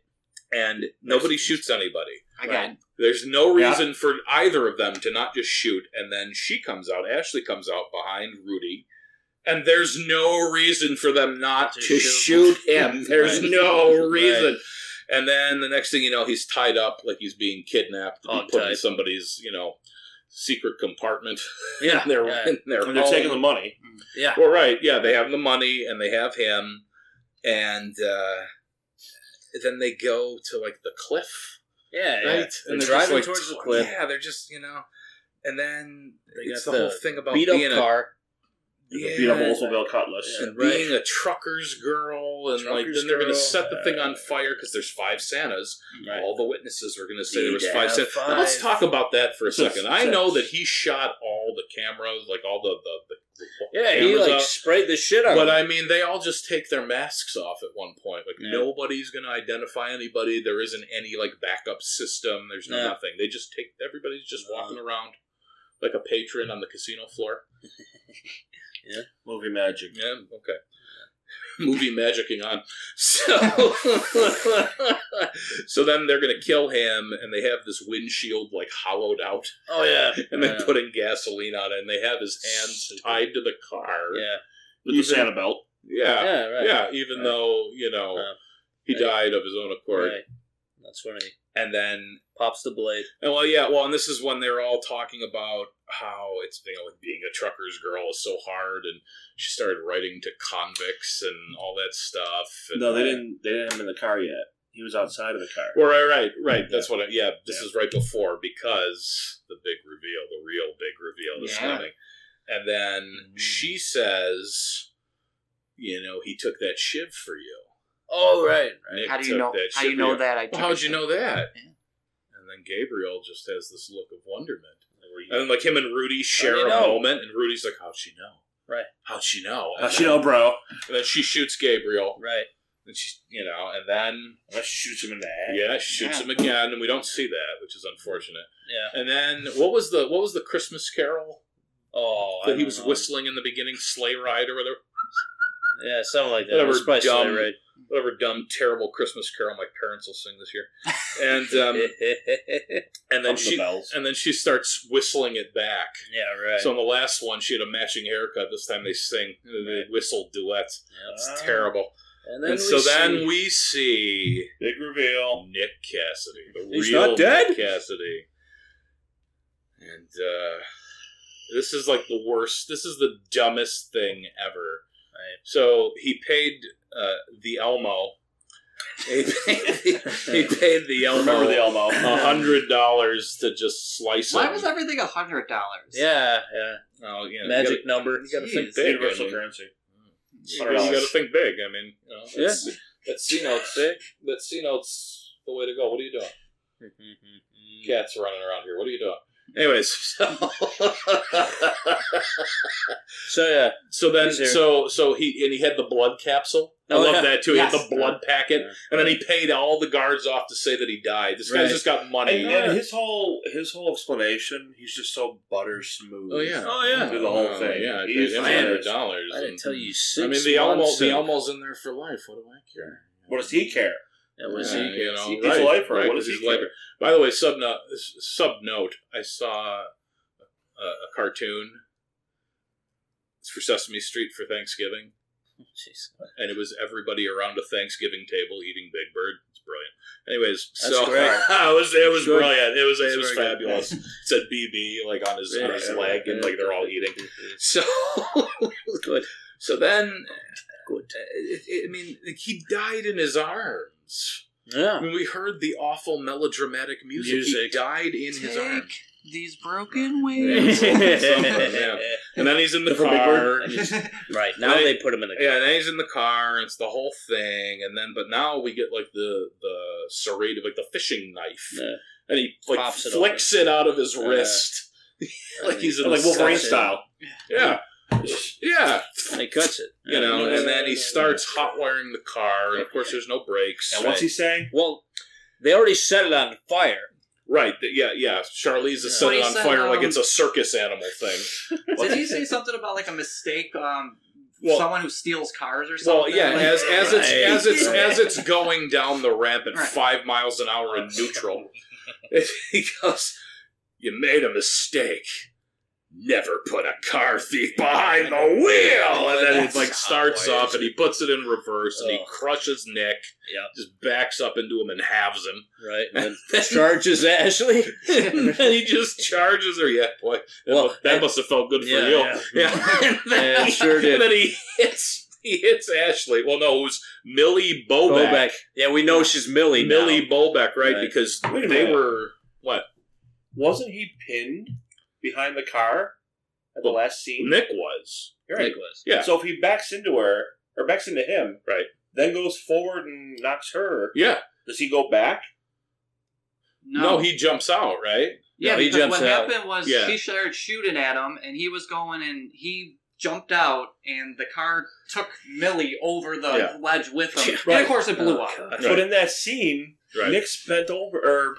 And nobody shoots anybody.
(laughs)
(laughs)
Again.
There's no reason for either of them to not just shoot. And then she comes out, Ashley comes out behind Rudy. And there's no reason for them not to, shoot.
(laughs)
him. There's
Right.
no
Right.
reason. And then the next thing you know, he's tied up like he's being kidnapped, to be
Hog
put in
tied.
somebody's, you know, secret compartment. (laughs)
Yeah.
in their,
Yeah.
in their
And they're
home.
taking the money.
Yeah.
Well, right. Yeah, they have the money and they have him, and uh, then they go to like the cliff,
Yeah, yeah.
right?
They're
And
driving
just, like,
towards the
tw-
cliff.
Yeah, they're just you know, and then
They
it's
got
the, whole
the
thing about
beat-up
being
car.
a
The beat up Oldsmobile Cutlass.
and being a trucker's girl, and like
Trucker's
then they're going to
girl.
set the thing on fire because there's five Santas. All the witnesses are going to say there was
You'd
five
have
Santas. Now, let's
five.
talk about that for a second. I
Six.
know that he shot all the cameras, like all the the, the
Yeah, he
cameras
like
up.
sprayed the shit out.
But
of
I
him.
mean, they all just take their masks off at one point. Like
Yeah.
nobody's going to identify anybody. There isn't any like backup system. There's no
Yeah. Uh-huh.
nothing. They just take everybody's just walking around like a patron on the casino floor.
(laughs) yeah,
movie magic.
Yeah, okay. (laughs) Movie magicking on.
(laughs)
So, so then they're going to kill him, and they have this windshield like hollowed out.
Oh,
(laughs)
yeah.
and then
Yeah.
putting gasoline on it, and they have his hands tied to the car.
Yeah.
With the Santa belt.
Yeah,
Yeah, right.
yeah, Even
Right.
though you know he
right.
died of his own accord,
Right. That's when he
and then
pops the blade.
and well, yeah, well, and this is when they're all talking about how it's you know, like being a trucker's girl is so hard, and she started writing to convicts and all that stuff. and-
No, they didn't. They didn't have him in the car yet. He was outside of the car.
Well, right, right, right. That's what. I, yeah, this is right before because the big reveal, the real big reveal is
Yeah.
coming, and then she says, "You know, he took that shiv for you."
Oh, right.
Nick
How do you
took
know-
That
how do you
shiv
know
for you.
that I
Well,
took
how'd
it
you
from-
know that? And then Gabriel just has this look of wonderment, and then, like him and Rudy share
you
a
know?
moment, and Rudy's like, "How'd she know?
Right.
How'd she know?
Uh, you know, bro.
And then she shoots Gabriel.
Right.
And she, you know, and then
shoots him in the head.
Yeah, shoots him again, and we don't see that, which is unfortunate.
Yeah.
And then what was the what was the Christmas Carol
Oh, I
that he
don't
was
know.
whistling in the beginning, Sleigh Ride or whatever?
Yeah, something like that.
Whatever
It was probably
dumb,
Sleigh Ride.
whatever dumb, terrible Christmas Carol my parents will sing
(laughs)
this year. And um, and
Something
then she
bells.
and then she starts whistling it back.
Yeah, right.
So in the last one, she had a matching haircut. This time they sing, they whistle duets.
Ah.
It's terrible.
And then
And, so
we see-
then we see
big reveal.
Nick Cassidy, the
He's
real
not dead?
Nick Cassidy. And uh, this is like the worst. This is the dumbest thing ever. So he paid uh, the Elmo. (laughs)
(laughs)
He paid, he (laughs) paid the Elmo.
Remember the Elmo.
a hundred dollars to just slice
Why
him.
was everything a hundred dollars?
Yeah, yeah.
Oh, you know,
Magic
you gotta,
number.
You got to think
Jeez.
big.
Universal
I mean,
currency.
you got to (laughs) think big. I mean, you know,
Yeah.
that's, that's C notes big. (laughs) That's C notes the way to go. What are you doing? Cat's running around here. What are you doing? Anyways, so, so yeah, so then
Easier.
so so he and he had the blood capsule. I
Oh,
love
yeah.
that too. He
Yes.
had the blood packet, and then he paid all the guards off to say that he died. This
Right.
guy's just got money.
And, and his whole his whole explanation, he's just so butter smooth.
Oh yeah!
through the whole
Oh,
thing.
Yeah, I paid
he's
him hundred dollars.
I didn't
and-
tell you
I mean,
six
the Almo,
months
the
and-
Almo's in there for life. What do I care?
What does he care?
That
was
yeah,
he-
you know,
he's
right,
a lifer.
Right,
What
this
does
is
he care?
lifer. By the way, sub note, sub note. I saw a, a cartoon. It's for Sesame Street for Thanksgiving, and it was everybody around a Thanksgiving table eating Big Bird. It's brilliant. Anyways,
That's
so (laughs)
great.
it was it was
Good.
brilliant. It was
That's
it was
very good.
(laughs) fabulous. It said BB like on his, on his
Yeah.
leg, and like they're all (laughs) eating.
(laughs)
So good. So then, good.
uh,
I mean, like, he died in his arms.
Yeah.
(laughs)
I mean, we heard the awful melodramatic music. He
Music.
died in his
Take
arms.
These broken
Yeah,
wings.
something, yeah. And then he's in the
Different Big
car.
Bird?
and (laughs) he's-
Right, now
Then-
they put him in the
Yeah, and then he's in the car, and it's the whole thing. And then, but now we get like the the serrated, like the fishing knife, and he like
Pops it
flicks it out of his wrist, like he's an
like Wolverine
assassin.
style.
Yeah, yeah. (laughs)
And he cuts it.
You know, and then he starts hot wiring the car, and of course, there's no brakes.
And what's he
saying?
Well, they already set it on fire. Right? th- Yeah, yeah. Charlize has set
But he
it on
said,
fire like
um,
it's a circus animal thing.
Did he say something about like a mistake? Um,
Well-
someone who steals cars or
Well,
something.
yeah,
Like-
as as it's
Right.
as it's as it's going down the ramp at
Right.
five miles an hour in neutral, he goes, "You made a mistake. Never put a car thief behind the wheel." And then it like starts off, and he puts it in reverse,
Oh.
and he crushes Nick. Yeah, just backs up into him and halves
(laughs)
him.
Right,
(laughs)
and then charges
(laughs)
Ashley.
and then he just charges her. Yeah, boy, that, mu- that must have felt good for
yeah,
you. (laughs)
yeah.
and then
Yeah, it
he,
sure did.
(laughs) And then he hits. He hits Ashley. Well, no, it was Millie Bobek.
Bobek. Yeah, we know she's Millie. now.
Millie Bobek, right?
Right.
Because
Wait a
they
minute.
were what?
Wasn't he pinned behind the car at the last scene?
Nick was.
You're right.
Nick was, yeah.
So if he backs into her or backs into him,
right,
then goes forward and knocks her.
Yeah.
Does he go back?
No,
No.
he jumps out, right?
Yeah,
no, he
because what happened was
Yeah.
she started shooting at him, and he was going, and he jumped out, and the car took Millie over the
Yeah. Oh,
ledge with
(laughs)
him. And of course, it blew up.
But in that scene, Nick's bent over, or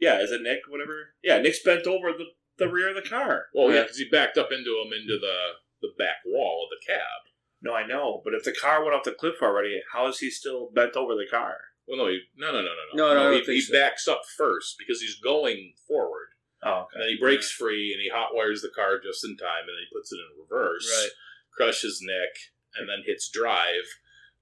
yeah, is it Nick? Whatever. Yeah, Nick's bent over the, the rear of the car.
Well, yeah, because he backed up into him into the the back wall of the cab.
No, I know, but if the car went off the cliff already, how is he still bent over the car?
Well, no, he, no, no, no, no,
No, no, I don't
he,
think
he
so.
backs up first because he's going forward.
Oh,
And then he breaks free and he hot wires the car just in time, and then he puts it in reverse,
Right.
crushes Nick, and then hits drive,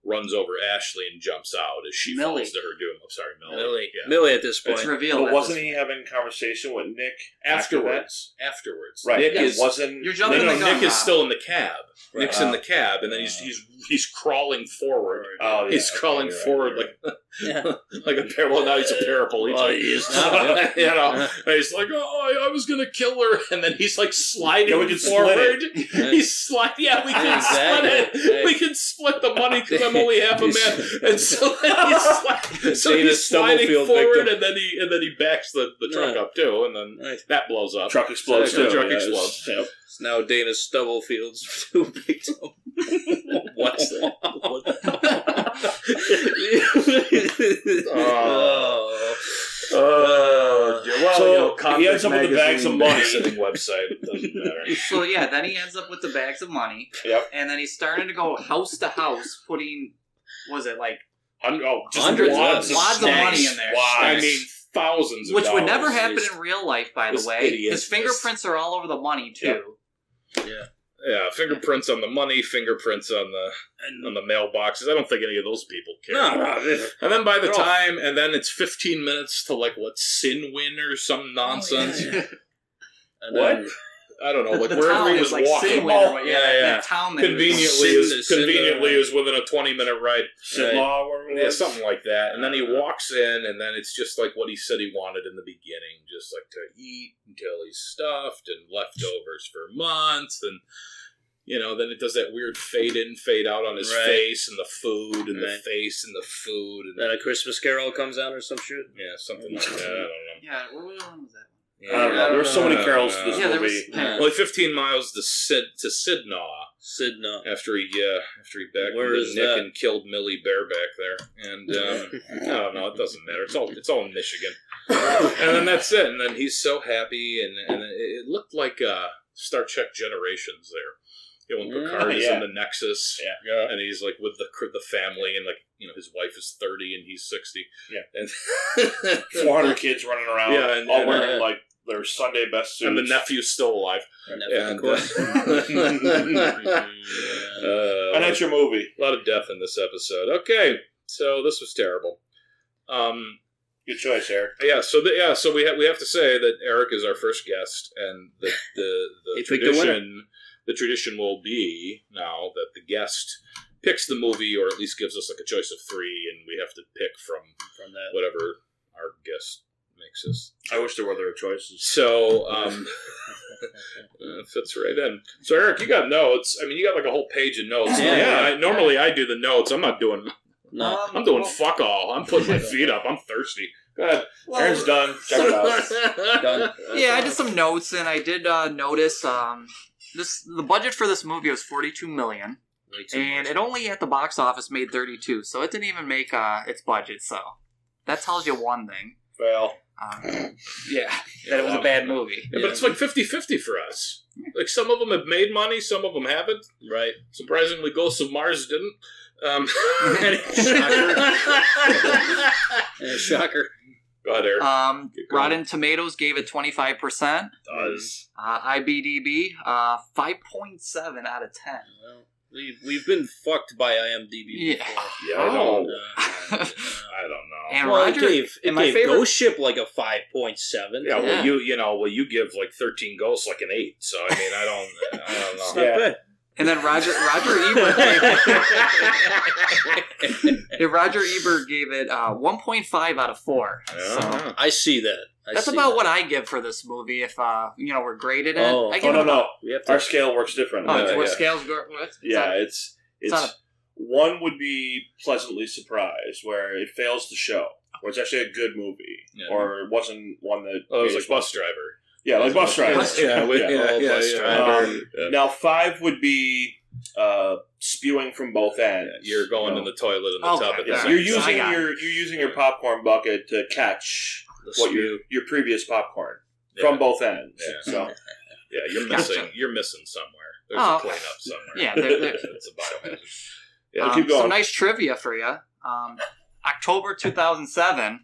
runs over Ashley and jumps out as she
Millie.
falls to her doom. I'm sorry, Millie.
Millie.
Yeah.
Millie at this point.
But wasn't he having a conversation with Nick
afterwards. Afterwards,
Right.
Nick
Yeah,
is
wasn't- You're jumping
No, no,
the gun
Nick is Uh,
now.
still in the cab.
Right. Uh,
Nick's in the cab, and then he's he's he's crawling forward.
Oh, yeah,
he's
okay,
crawling
you're right,
forward (laughs) like like a par- well now he's a paraplegic.
Well, he
(laughs)
is now.
you know, (laughs) and he's like, oh, I, I was gonna kill her, (laughs) and then he's like sliding
Yeah, we can split
forward.
it.
he's slide. Yeah, we can
Exactly.
split it. We
Hey.
can split the money because I'm only half a man,
(laughs)
and so then he's sliding. So
Dana
he's sliding
Stubblefield
forward,
victim.
and then he and then he backs the, the truck
Yeah.
up too, and then that blows up.
Truck explodes
So the
too,
truck
yeah,
explodes.
it's-
It's now Dana Stubblefield's two victim. What's that?
Oh, oh, dear. well,
So,
you know,
he
Convict
ends up with a bag of
Magazine (laughs)
money.
babysitting website. It doesn't matter.
So yeah, then he ends up with the bags of money.
Yep.
And then he's starting to go house to house, putting was it like
hundred, oh,
just
wads of
wads of money
snacks.
in there.
Wads. I mean, (laughs) thousands of
Which would
dollars.
never happen
He's-
in real life, by the
this
way.
idiot
His
is-
fingerprints are all over the money too.
Yeah.
Yeah, fingerprints on the money, fingerprints on the on the mailboxes. I don't think any of those people care.
No, no, they-
and then by the
they're all-
time, and then it's fifteen minutes to like what sin win or
Oh,
some nonsense.
And
(laughs) What?
then-
I don't know. Like
The
wherever
town
he
is
was
like
walking. Oh,
Sin Win or what- yeah, that- that town that was-
conveniently
Sin-
is
Sin-
conveniently is within a twenty minute ride.
Sin
Right.
Law or whatever it
yeah,
was.
something like that. And then he walks in, and then it's just like what he said he wanted in the beginning, just like to eat until he's stuffed and leftovers for months, and you know, then it does that weird fade in, fade out on his
Right.
face, and the food, and the
Right.
face, and the food, and
Then a Christmas Carol comes out or some shit.
yeah, something like that. I don't know.
Yeah, what was that one?
I don't know. There's so many carols to this
Yeah, there
movie.
was- Only 15 miles to Sid to Sidnaw. Sidnaw. After he, uh, after he backed
Where
into
is
Nick
that?
and killed Millie Bear back there, and
(laughs)
um, I don't know. It (laughs) doesn't matter. It's all it's all in Michigan, and then that's it. And then he's so happy, and and it, it looked like uh, Star Trek Generations there. You know, when
Mm,
Picard is
yeah.
in the Nexus, and he's like with the cr- the family, and like you know his wife is thirty and he's sixty,
Yeah.
and
400 kids running around,
Yeah, and-
all
and,
wearing
uh,
like their Sunday best suits.
and the nephew's still
(laughs)
alive.
Nephew,
(laughs)
of course.
uh,
Mm. And that's your movie.
A lot of death in this episode. Okay, so this was terrible. Um,
Good choice, Eric.
Yeah, so the, yeah, so we have we have to say that Eric is our first guest, and the the,
(laughs)
the
picked the winner.
tradition the tradition will be now that the guest picks the movie, or at least gives us like a choice of three, and we have to pick from
From that.
whatever our guest makes us.
I wish there were other choices.
So
(laughs)
um, uh, fits right in. So Eric, you got notes. I mean, you got like a whole page of notes.
Yeah.
Yeah. I, normally I do the notes. I'm not doing.
No.
I'm doing fuck all. I'm
(laughs)
putting my feet up. I'm thirsty. Go ahead.
Well,
Aaron's done. Check it out.
Done. Yeah, I did some notes, and I did uh, notice um, this. The budget for this movie was forty-two million, and it only at the box office made thirty-two, so it didn't even make uh, its budget. So that tells you one thing.
Well,
(clears throat) um, yeah, that it was a bad movie.
Yeah, but it's like 50-50 for us. Like some of them have made money, some of them haven't. Right. Surprisingly, Ghosts of Mars didn't. Um, (laughs)
(laughs)
shocker. (laughs)
Go ahead, Eric.
Um, Rotten Tomatoes gave it twenty-five percent.
Does.
Uh, IBDB uh, five point seven out of ten.
We've, we've been fucked by IMDb.
Yeah.
before.
Yeah, I don't- (laughs)
I don't know.
Um, And
well,
Roger-
it gave, it
and my
gave
favorite-
Ghost Ship like a five point seven.
Yeah, well, you you know, well, you give like thirteen ghosts like an eight. So I mean, I don't, I (laughs) don't know.
not Yeah. bad.
And then Roger
(laughs)
(laughs) Roger Ebert gave, Yeah, Roger Ebert gave it uh, 1.5 out of four. So
I see that. I
that's
see
about what I give for this movie. If uh, you know we're graded it,
Oh,
I
oh,
give
no,
it
no.
about-
Our scale works different.
Oh, it's what scales go- what's-
yeah,
it's- it's
it's it's,
not a-
one would be pleasantly surprised where it fails to show, where it's actually a good movie,
Yeah.
or it wasn't one that.
Oh, it was
made
like
us-
Bus Driver.
Yeah, like bus driver.
(laughs) Yeah, we- yeah, yeah, yeah.
Um, Now five would be uh, spewing from both ends.
You're going in the toilet and the Okay, tub at the yeah. same
Oh, You're
time.
using
I got
your you're using your popcorn bucket to catch
The
what your
spew.
your previous popcorn
Yeah.
from both ends.
Yeah.
So
Yeah, you're
Gotcha.
missing. You're missing somewhere. There's
Oh.
a cleanup
(laughs)
somewhere.
Yeah, there- there-
it's a biohazard.
um, Some nice trivia for you. Um, October 2007,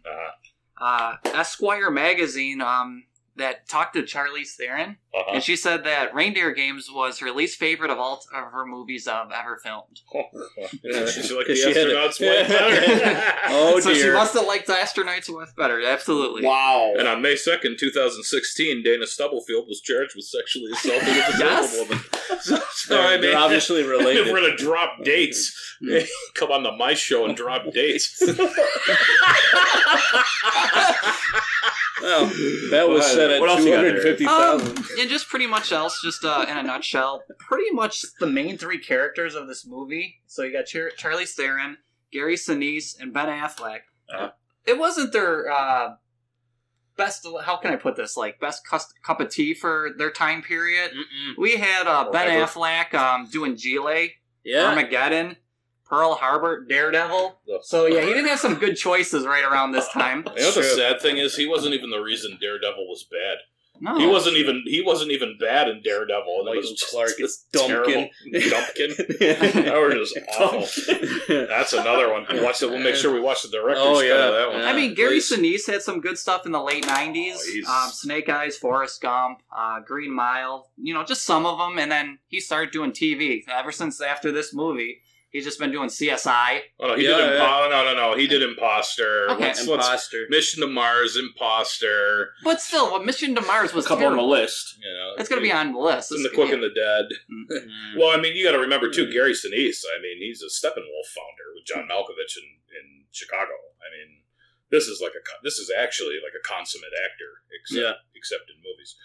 uh Esquire magazine um, that talked to Charlize Theron,
Uh-huh.
and she said that Reindeer Games was her least favorite of all t- of her movies I've ever filmed.
She's like the
She had it.
astronauts went down.
(laughs) Oh,
(laughs) so she
dear.
must have liked the astronauts with better. Absolutely.
Wow.
And on May 2nd, 2016, Dana Stubblefield was charged with sexually assaulting a disabled
Yes.
woman. (laughs) So, so
They're-
I mean,
they're
(laughs)
obviously related.
We're going to drop dates. (laughs) Come on to my show and drop dates. (laughs)
Well, that was
Well,
set at
what else you got there?
250,000.
Um, and just pretty much else, just uh, in a nutshell, pretty much the main three characters of this movie. So you got Char- Charlie Theron, Gary Sinise, and Ben Affleck. It wasn't their uh, best. How can I put this? Like best cus- cup of tea for their time period. We had uh, Ben
Whatever.
Affleck um, doing Gile,
Yeah.
Armageddon, Pearl Harbor, Daredevil. So yeah, he didn't have some good choices right around this time.
You know what the sad thing is? He wasn't even the reason Daredevil was bad.
No.
He wasn't even he wasn't even bad in Daredevil. And it
Michael
was just
Clark
this
is Dumpkin. (laughs)
Dumpkin. that was just awful. That's another (laughs) one. Watch it. We'll make sure we watch the director's
Oh,
cut
yeah.
of that one.
I mean, Gary Sinise had some good stuff in the late '90s.
Oh,
um, Snake Eyes, Forrest Gump, uh, Green Mile. You know, just some of them. And then he started doing TV. Ever since after this movie, he's just been doing CSI.
Oh, no, he
Yeah,
did
yeah.
impo- no, no, no. He did Imposter.
Okay.
imposter. Mission to Mars, Imposter.
But still, what Mission to Mars was
Couple on
terrible.
the list, you know.
It's gonna be on the Mm. Mm-hmm. list.
And
It's
the
gonna
Quick and the Dead.
Mm.
well, I mean, you got to remember too, Gary Sinise. I mean, he's a Steppenwolf founder with John Malkovich in, in Chicago. I mean, this is like a co- this is actually like a consummate actor, except except in movies.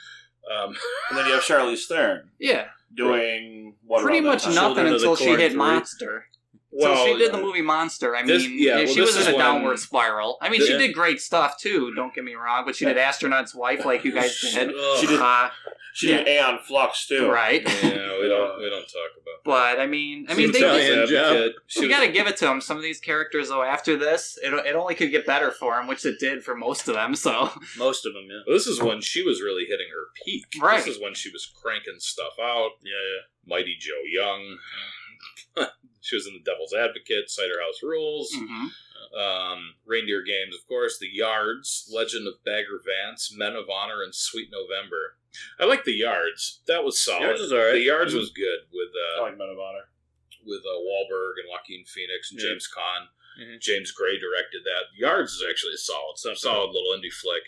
Um,
and then you have Charlize Theron
Yeah.
(laughs) doing what
Pretty
around
much
that time?
nothing until she hit Monster. so
(laughs) Well, uh,
she did the movie Monster. I mean,
this- yeah,
if
well,
she
this
was
is
in a
when-
downward spiral. I mean, she
Yeah.
did great stuff too. Don't get me wrong, but she did Astronaut's Wife, like you
(laughs)
guys did.
She did-
Uh,
She did Aeon Flux too.
Right.
Yeah, we
(laughs)
don't
(laughs)
we don't talk about.
But I mean, I
She
mean,
was
they
Italian,
did,
Jeff. Yeah, she
you
was-
got to give it to them. Some of these characters, though, after this, it, it only could get better for them, which it did for most of them. So
Mm-hmm.
most of them, yeah.
This is when she was really hitting her peak.
Right.
This is when she was cranking stuff out. Yeah, yeah. Mighty Joe Young. (laughs) she was in The Devil's Advocate, Cider House Rules, um, Reindeer Games, of course, The Yards, Legend of Bagger Vance, Men of Honor, and Sweet November. I like The Yards. That was solid.
Yards was all right.
The Yards
Mhm.
was good with uh,
I like Men of Honor.
with uh, Wahlberg and Joaquin Phoenix and
Yeah.
James Caan.
Mm-hmm.
James Gray directed that. Yards is actually a solid, it's a solid little indie flick.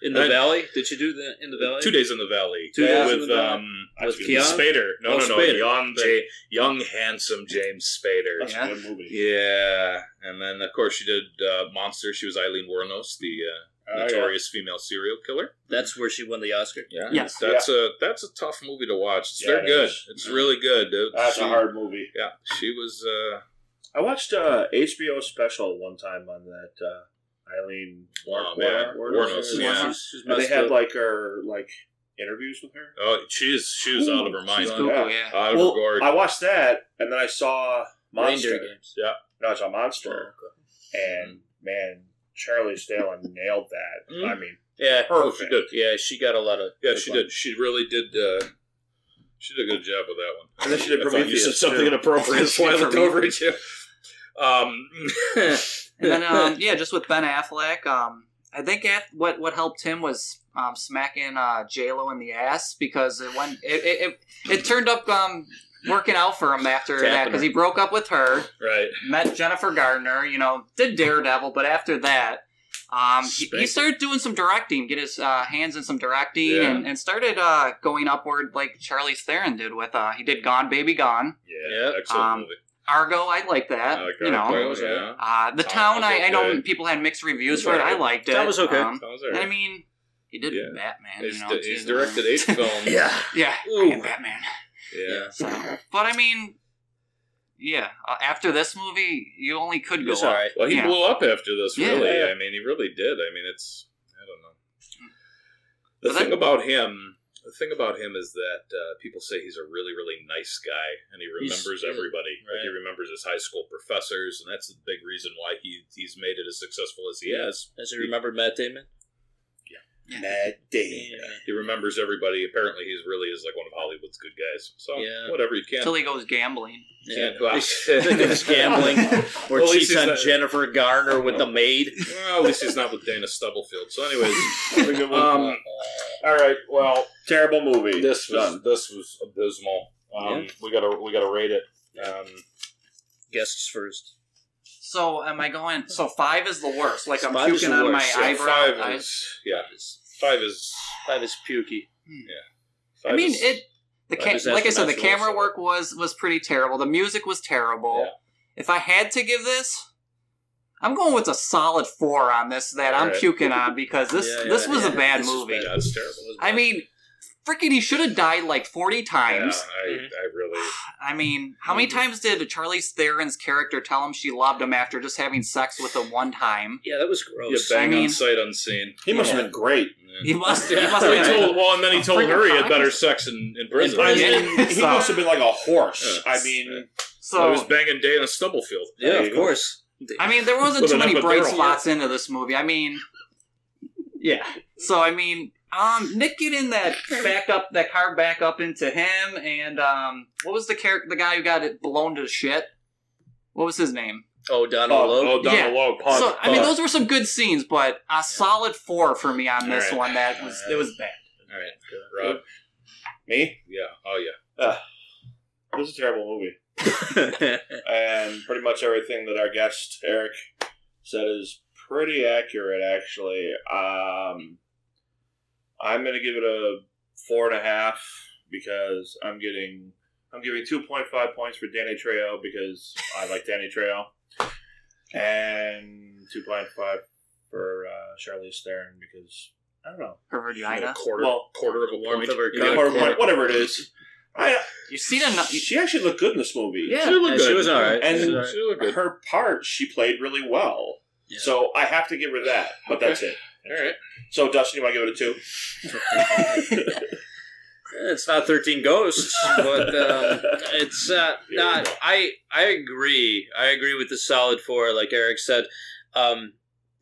In the
And-
Valley? Did you do the In the Valley?
Two Days in the Valley.
Two Days in
with
the Valley.
um
With
actually, with
Keanu?
Spader. No,
Oh,
no, no.
Spader.
Young, J- young, handsome James Spader.
That's a good movie.
Yeah, and then of course she did uh, Monster. She was Eileen Wuornos, the
Oh,
uh,
yeah.
notorious female serial killer.
That's where she won the Oscar.
Yeah,
Yes.
that's a that's a tough movie to watch. It's,
Yeah,
they're
it
good.
is.
It's really good. dude.
That's
She-
a hard movie.
Yeah, she was. Uh,
I watched uh, a HBO special one time on that uh, Eileen War-
Oh, man.
War-
Warnos,
Warnos.
yeah.
She's
And they
messed
had
up.
like her like interviews with her.
Oh, she's she was out of her mind.
She's cuckoo,
Oh,
yeah.
Out of
Well,
her gourd.
I watched that, and then I saw Monster.
Reindeer games.
Yeah.
No, I saw Monster,
Oh,
and man, Charlie Stalin (laughs) nailed that.
Mhm.
I mean,
Yeah,
perfect.
she did.
Yeah, she got a lot of.
Yeah, she did. She really did. Uh, she did a good job with that one.
And then she did
I thought you
Prometheus,
said something
too.
inappropriate, so I looked over at you. Um, (laughs)
and then um, yeah, just with Ben Affleck, um, I think af what what helped him was um, smacking uh, J Lo in the ass because it went it it, it, it turned up um, working out for him after
Tapping
that because he
her.
broke up with her,
right?
met Jennifer Gardner, you know, did Daredevil, but after that. Um, he, he started doing some directing, get his uh, hands in some directing,
Yeah.
and, and started uh, going upward like Charlie Theron did with uh, he did Gone Baby Gone.
Yeah, excellent
Um,
movie.
Argo, I like that.
I like
you know,
Argo, yeah.
uh, the
Town
town. I, I
was
know
okay.
people had mixed reviews for it.
Right.
I liked it.
That was okay.
Um,
That was all
And I
right.
mean, he did
Yeah.
Batman.
He's,
you know,
di-
too.
he's directed eight
(laughs)
films. yeah.
(laughs) Yeah, I am Batman.
Yeah.
But I mean, yeah. Uh, after this movie, you only could go.
It's
up.
all right. Well, he
Yeah.
blew up after this.
Yeah.
Really,
Yeah.
I mean, he really did. I mean, it's I don't know. The
But
thing
that-
about him, the thing about him is that uh, people say he's a really, really nice guy, and he
He's-
remembers
yeah,
everybody. Like, he remembers his high school professors, and that's the big reason why he he's made it as successful as he has.
Does he remember Matt Damon?
Yeah.
Matt Damon.
He remembers everybody. Apparently, he's really is like one of Hollywood's good guys. So
Yeah.
whatever you can.
Until he goes gambling.
you
Yeah.
(laughs)
(laughs)
can't- well,
It's
(laughs)
gambling. Or
Well, at least
cheats
he's
on
not-
Jennifer Garner with the maid.
Well, at least he's not with Dana Stubblefield. So, (laughs) anyways,
Um, all right. Well, terrible movie.
this was
Done.
this was abysmal. Um,
Yeah.
We gotta we gotta rate it. Um,
Guests first.
So am I going? So five is the worst. Like I'm
Five is
puking
the
on my
worst, yeah,
eyebrow. I- Hmm.
Five is yeah. Five is
five is pukey.
Yeah.
I mean, it. The
I
ca-
just
like I
asked
said,
him
the
afterwards,
camera
so-
work was was pretty terrible. The music was terrible. If I had to give this, I'm going with a solid four on this. That I'm
Alright.
puking on because
(laughs)
this
Yeah, yeah,
this was
yeah.
a bad
This is
movie.
bad. It's terrible.
I mean, freaking, he should have died like 40 times.
Yeah, I, I really.
(sighs)
Mm-hmm.
I mean, how many times did Charlie Theron's character tell him she loved him after just having sex with him one time?
Yeah, that was
You
gross.
bang
I mean-
on sight unseen.
He must have been great.
He must.
(laughs)
He
Yeah.
must have
He
been-
told- well, and then he told
freaking
her he had
times.
better sex in, in prison.
I
Yeah.
mean, he
So-
must have been like a horse. I mean,
I
So
was banging Dana Stubblefield.
Yeah,
There you
of
go.
course.
I mean, there wasn't
With
too
an
many bright
epidural.
spots into this movie. I mean, yeah. So I mean, um, Nick getting that back up, that car back up into him, and um, what was the character, the guy who got it blown to shit? What was his name?
Oh, Donald
Oh,
Logue.
oh, Donald
Yeah.
Logue.
so I
uh,
mean, those were some good scenes, but a solid four for me on this
Alright.
one. That was it was bad.
All right, Rob.
me.
Yeah. Oh yeah.
This is a terrible movie,
(laughs)
and pretty much everything that our guest Eric said is pretty accurate. Actually, um, I'm going to give it a four and a half because I'm getting I'm giving two point five points for Danny Trejo because I like Danny Trejo, and two point five for uh, Charlize Theron because I don't know.
Her
You get
vagina.
A quarter,
Well,
quarter of a
warmth
point.
of her
You get a
or
quarter-
whatever it is. I,
you seen enough.
She actually looked good in this movie.
Yeah, She looked and good. she was all right.
And
She was all right.
her part, she played really well. So I have to give her that, but that's it.
All right.
So Dustin, you want to give it a two?
(laughs) It's not Thirteen Ghosts, but um, it's uh, not. I I agree. I agree with the solid four, like Eric said. Um,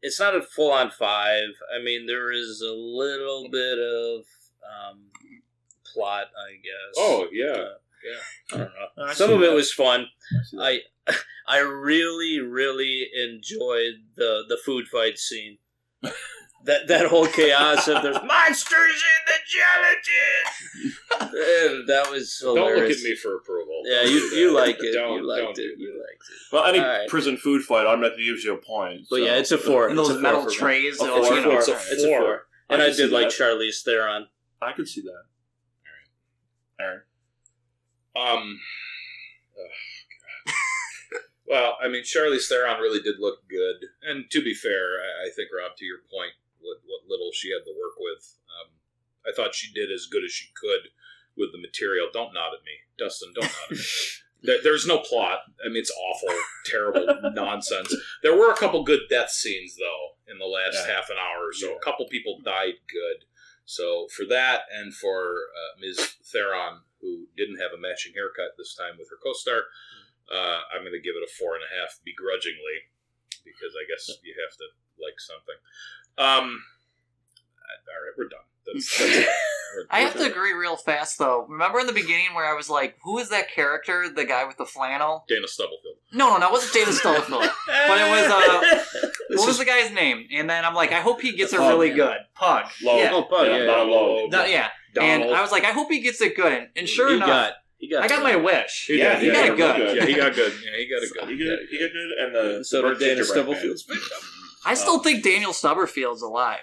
it's not a full on five. I mean, there is a little bit of um, plot, I guess.
Oh, yeah.
yeah. I don't know.
I
Some
see
of it
that.
was fun. I I really really enjoyed the the food fight scene. That, that whole chaos of there's
Monsters in the gelatin!
Man, eh, that was
Don't look
hilarious.
at me for approval.
Yeah, you, you
(laughs)
like it.
Don't-
you liked
don't
it. You liked it.
Well, any
All right.
prison food fight automatically gives you a point.
But
so-
yeah, it's a four. It's a four for me.
A
It's a
four.
four.
It's a
It's a four. And I,
can
did
see
like
that.
Charlize Theron.
I could see that. Aaron.
Um. ugh, God. well, Uh, I mean, Charlize Theron really did look good, and to be fair, I, I think Rob, to your point, what, what little she had to work with, um, I thought she did as good as she could with the material. Don't nod at me, Dustin. Don't nod at me. (laughs) There, there's no plot. I mean, it's awful,
(laughs)
terrible nonsense. There were a couple good death scenes though in the last
Yeah.
half an hour, or so a couple people died good. So for that, and for uh, Ms. Theron, who didn't have a matching haircut this time with her co-star, uh, I'm going to give it a four and a half, begrudgingly, because I guess you have to like something. Um, uh, all right, we're done. That's,
(laughs)
that's it. We're-
I
we're
have to
done.
agree real fast though. Remember in the beginning where I was like, "Who is that character? The guy with the flannel?"
Dana Stubblefield.
No, no, no. It wasn't
(laughs)
David Stubblefield, but it was. Uh, what was the guy's name? And then I'm like, I hope he gets it
Pug.
really good. Pug.
Low.
Yeah.
Oh, Pug, yeah,
No,
Donald Lowe.
no, yeah. And
Donald.
I was like, I hope he gets it good. And, and sure
He
enough,
got- he got-
I got my wish.
He
yeah,
did,
he got it
he got
good.
Yeah, he got good. Yeah, he got it good.
He did, he did good, and the
So
the
did Dana
gingerbread man.
Stubblefield's
I still think Daniel Stubberfield's alive.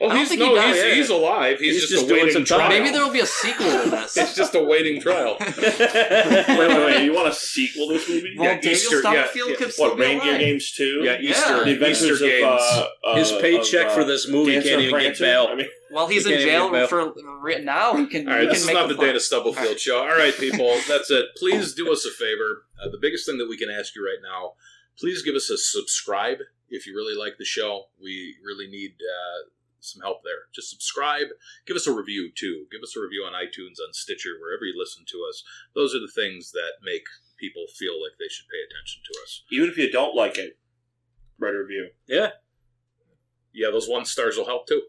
Well,
I don't
he's
think
no,
he died.
he's, he's alive. He's, just, awaiting trial.
Maybe there will be a sequel to
(laughs)
this.
it's just a waiting trial.
(laughs) wait, wait, wait! You want a sequel to this movie?
Well, Yeah, Daniel Easter- yeah, Stubberfield yeah. could still
What
be
Reindeer
alive.
Games Two?
Yeah, Easter-
The Adventures
Easter Games.
Of, uh,
His
uh,
paycheck
of, uh,
for this movie
Dancer
can't
of
even get
Prancer?
bail.
I mean,
While he's
He
in
can't even get
jail
bail.
for right now, he can.
All right,
we
this
can
is
make
not
him
the
fun.
Dana Stubblefield
All right.
show. All right, people, that's it. Please do us a favor. Uh, the biggest thing that we can ask you right now, please give us a subscribe if you really like the show. We really need uh, some help there. Just subscribe. Give us a review too. Give us a review on iTunes, on Stitcher, wherever you listen to us. Those are the things that make people feel like they should pay attention to us.
Even if you don't like it, write
(laughs)
a review.
Yeah.
Yeah, those one stars will help too.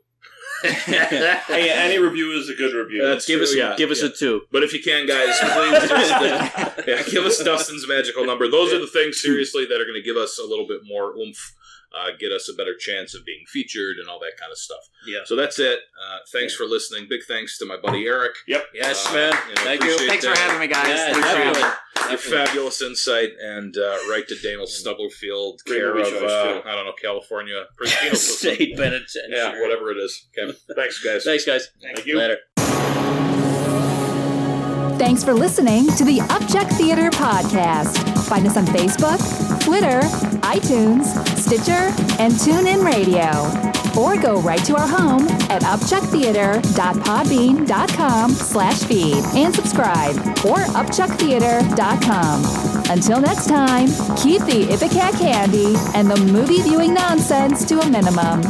hey, any review is a good review.
That's true, yeah, yeah. But if you can, guys, please
(laughs)
just uh,
(laughs)
yeah, give us Dustin's magical number. Those are the things, seriously, that are going to give us a little bit more oomph, uh, get us a better chance of being featured, and all that kind of stuff.
Yeah.
So that's it. Uh, thanks for listening. Big thanks to my buddy Eric.
Yep.
Yes,
Uh,
man. Thank you.
Thanks for having me, guys.
Yeah,
Appreciate it.
definitely.
Definitely.
Your fabulous insight and uh, right to Daniel Stubblefield,
Great
care
movie
of
choice,
uh,
too.
I don't know
(laughs)
California penal system.
State penitentiary.
Yeah, whatever it is. Okay. Thanks, guys.
Thanks, guys.
Thank you.
Later.
Thanks for listening to the Upchuck Theater Podcast. Find us on Facebook, Twitter, iTunes, Stitcher, and TuneIn Radio. Or go right to our home at upchucktheater.podbean.com slash feed and subscribe or upchucktheater.com. Until next time, keep the Ipecac candy and the movie viewing nonsense to a minimum.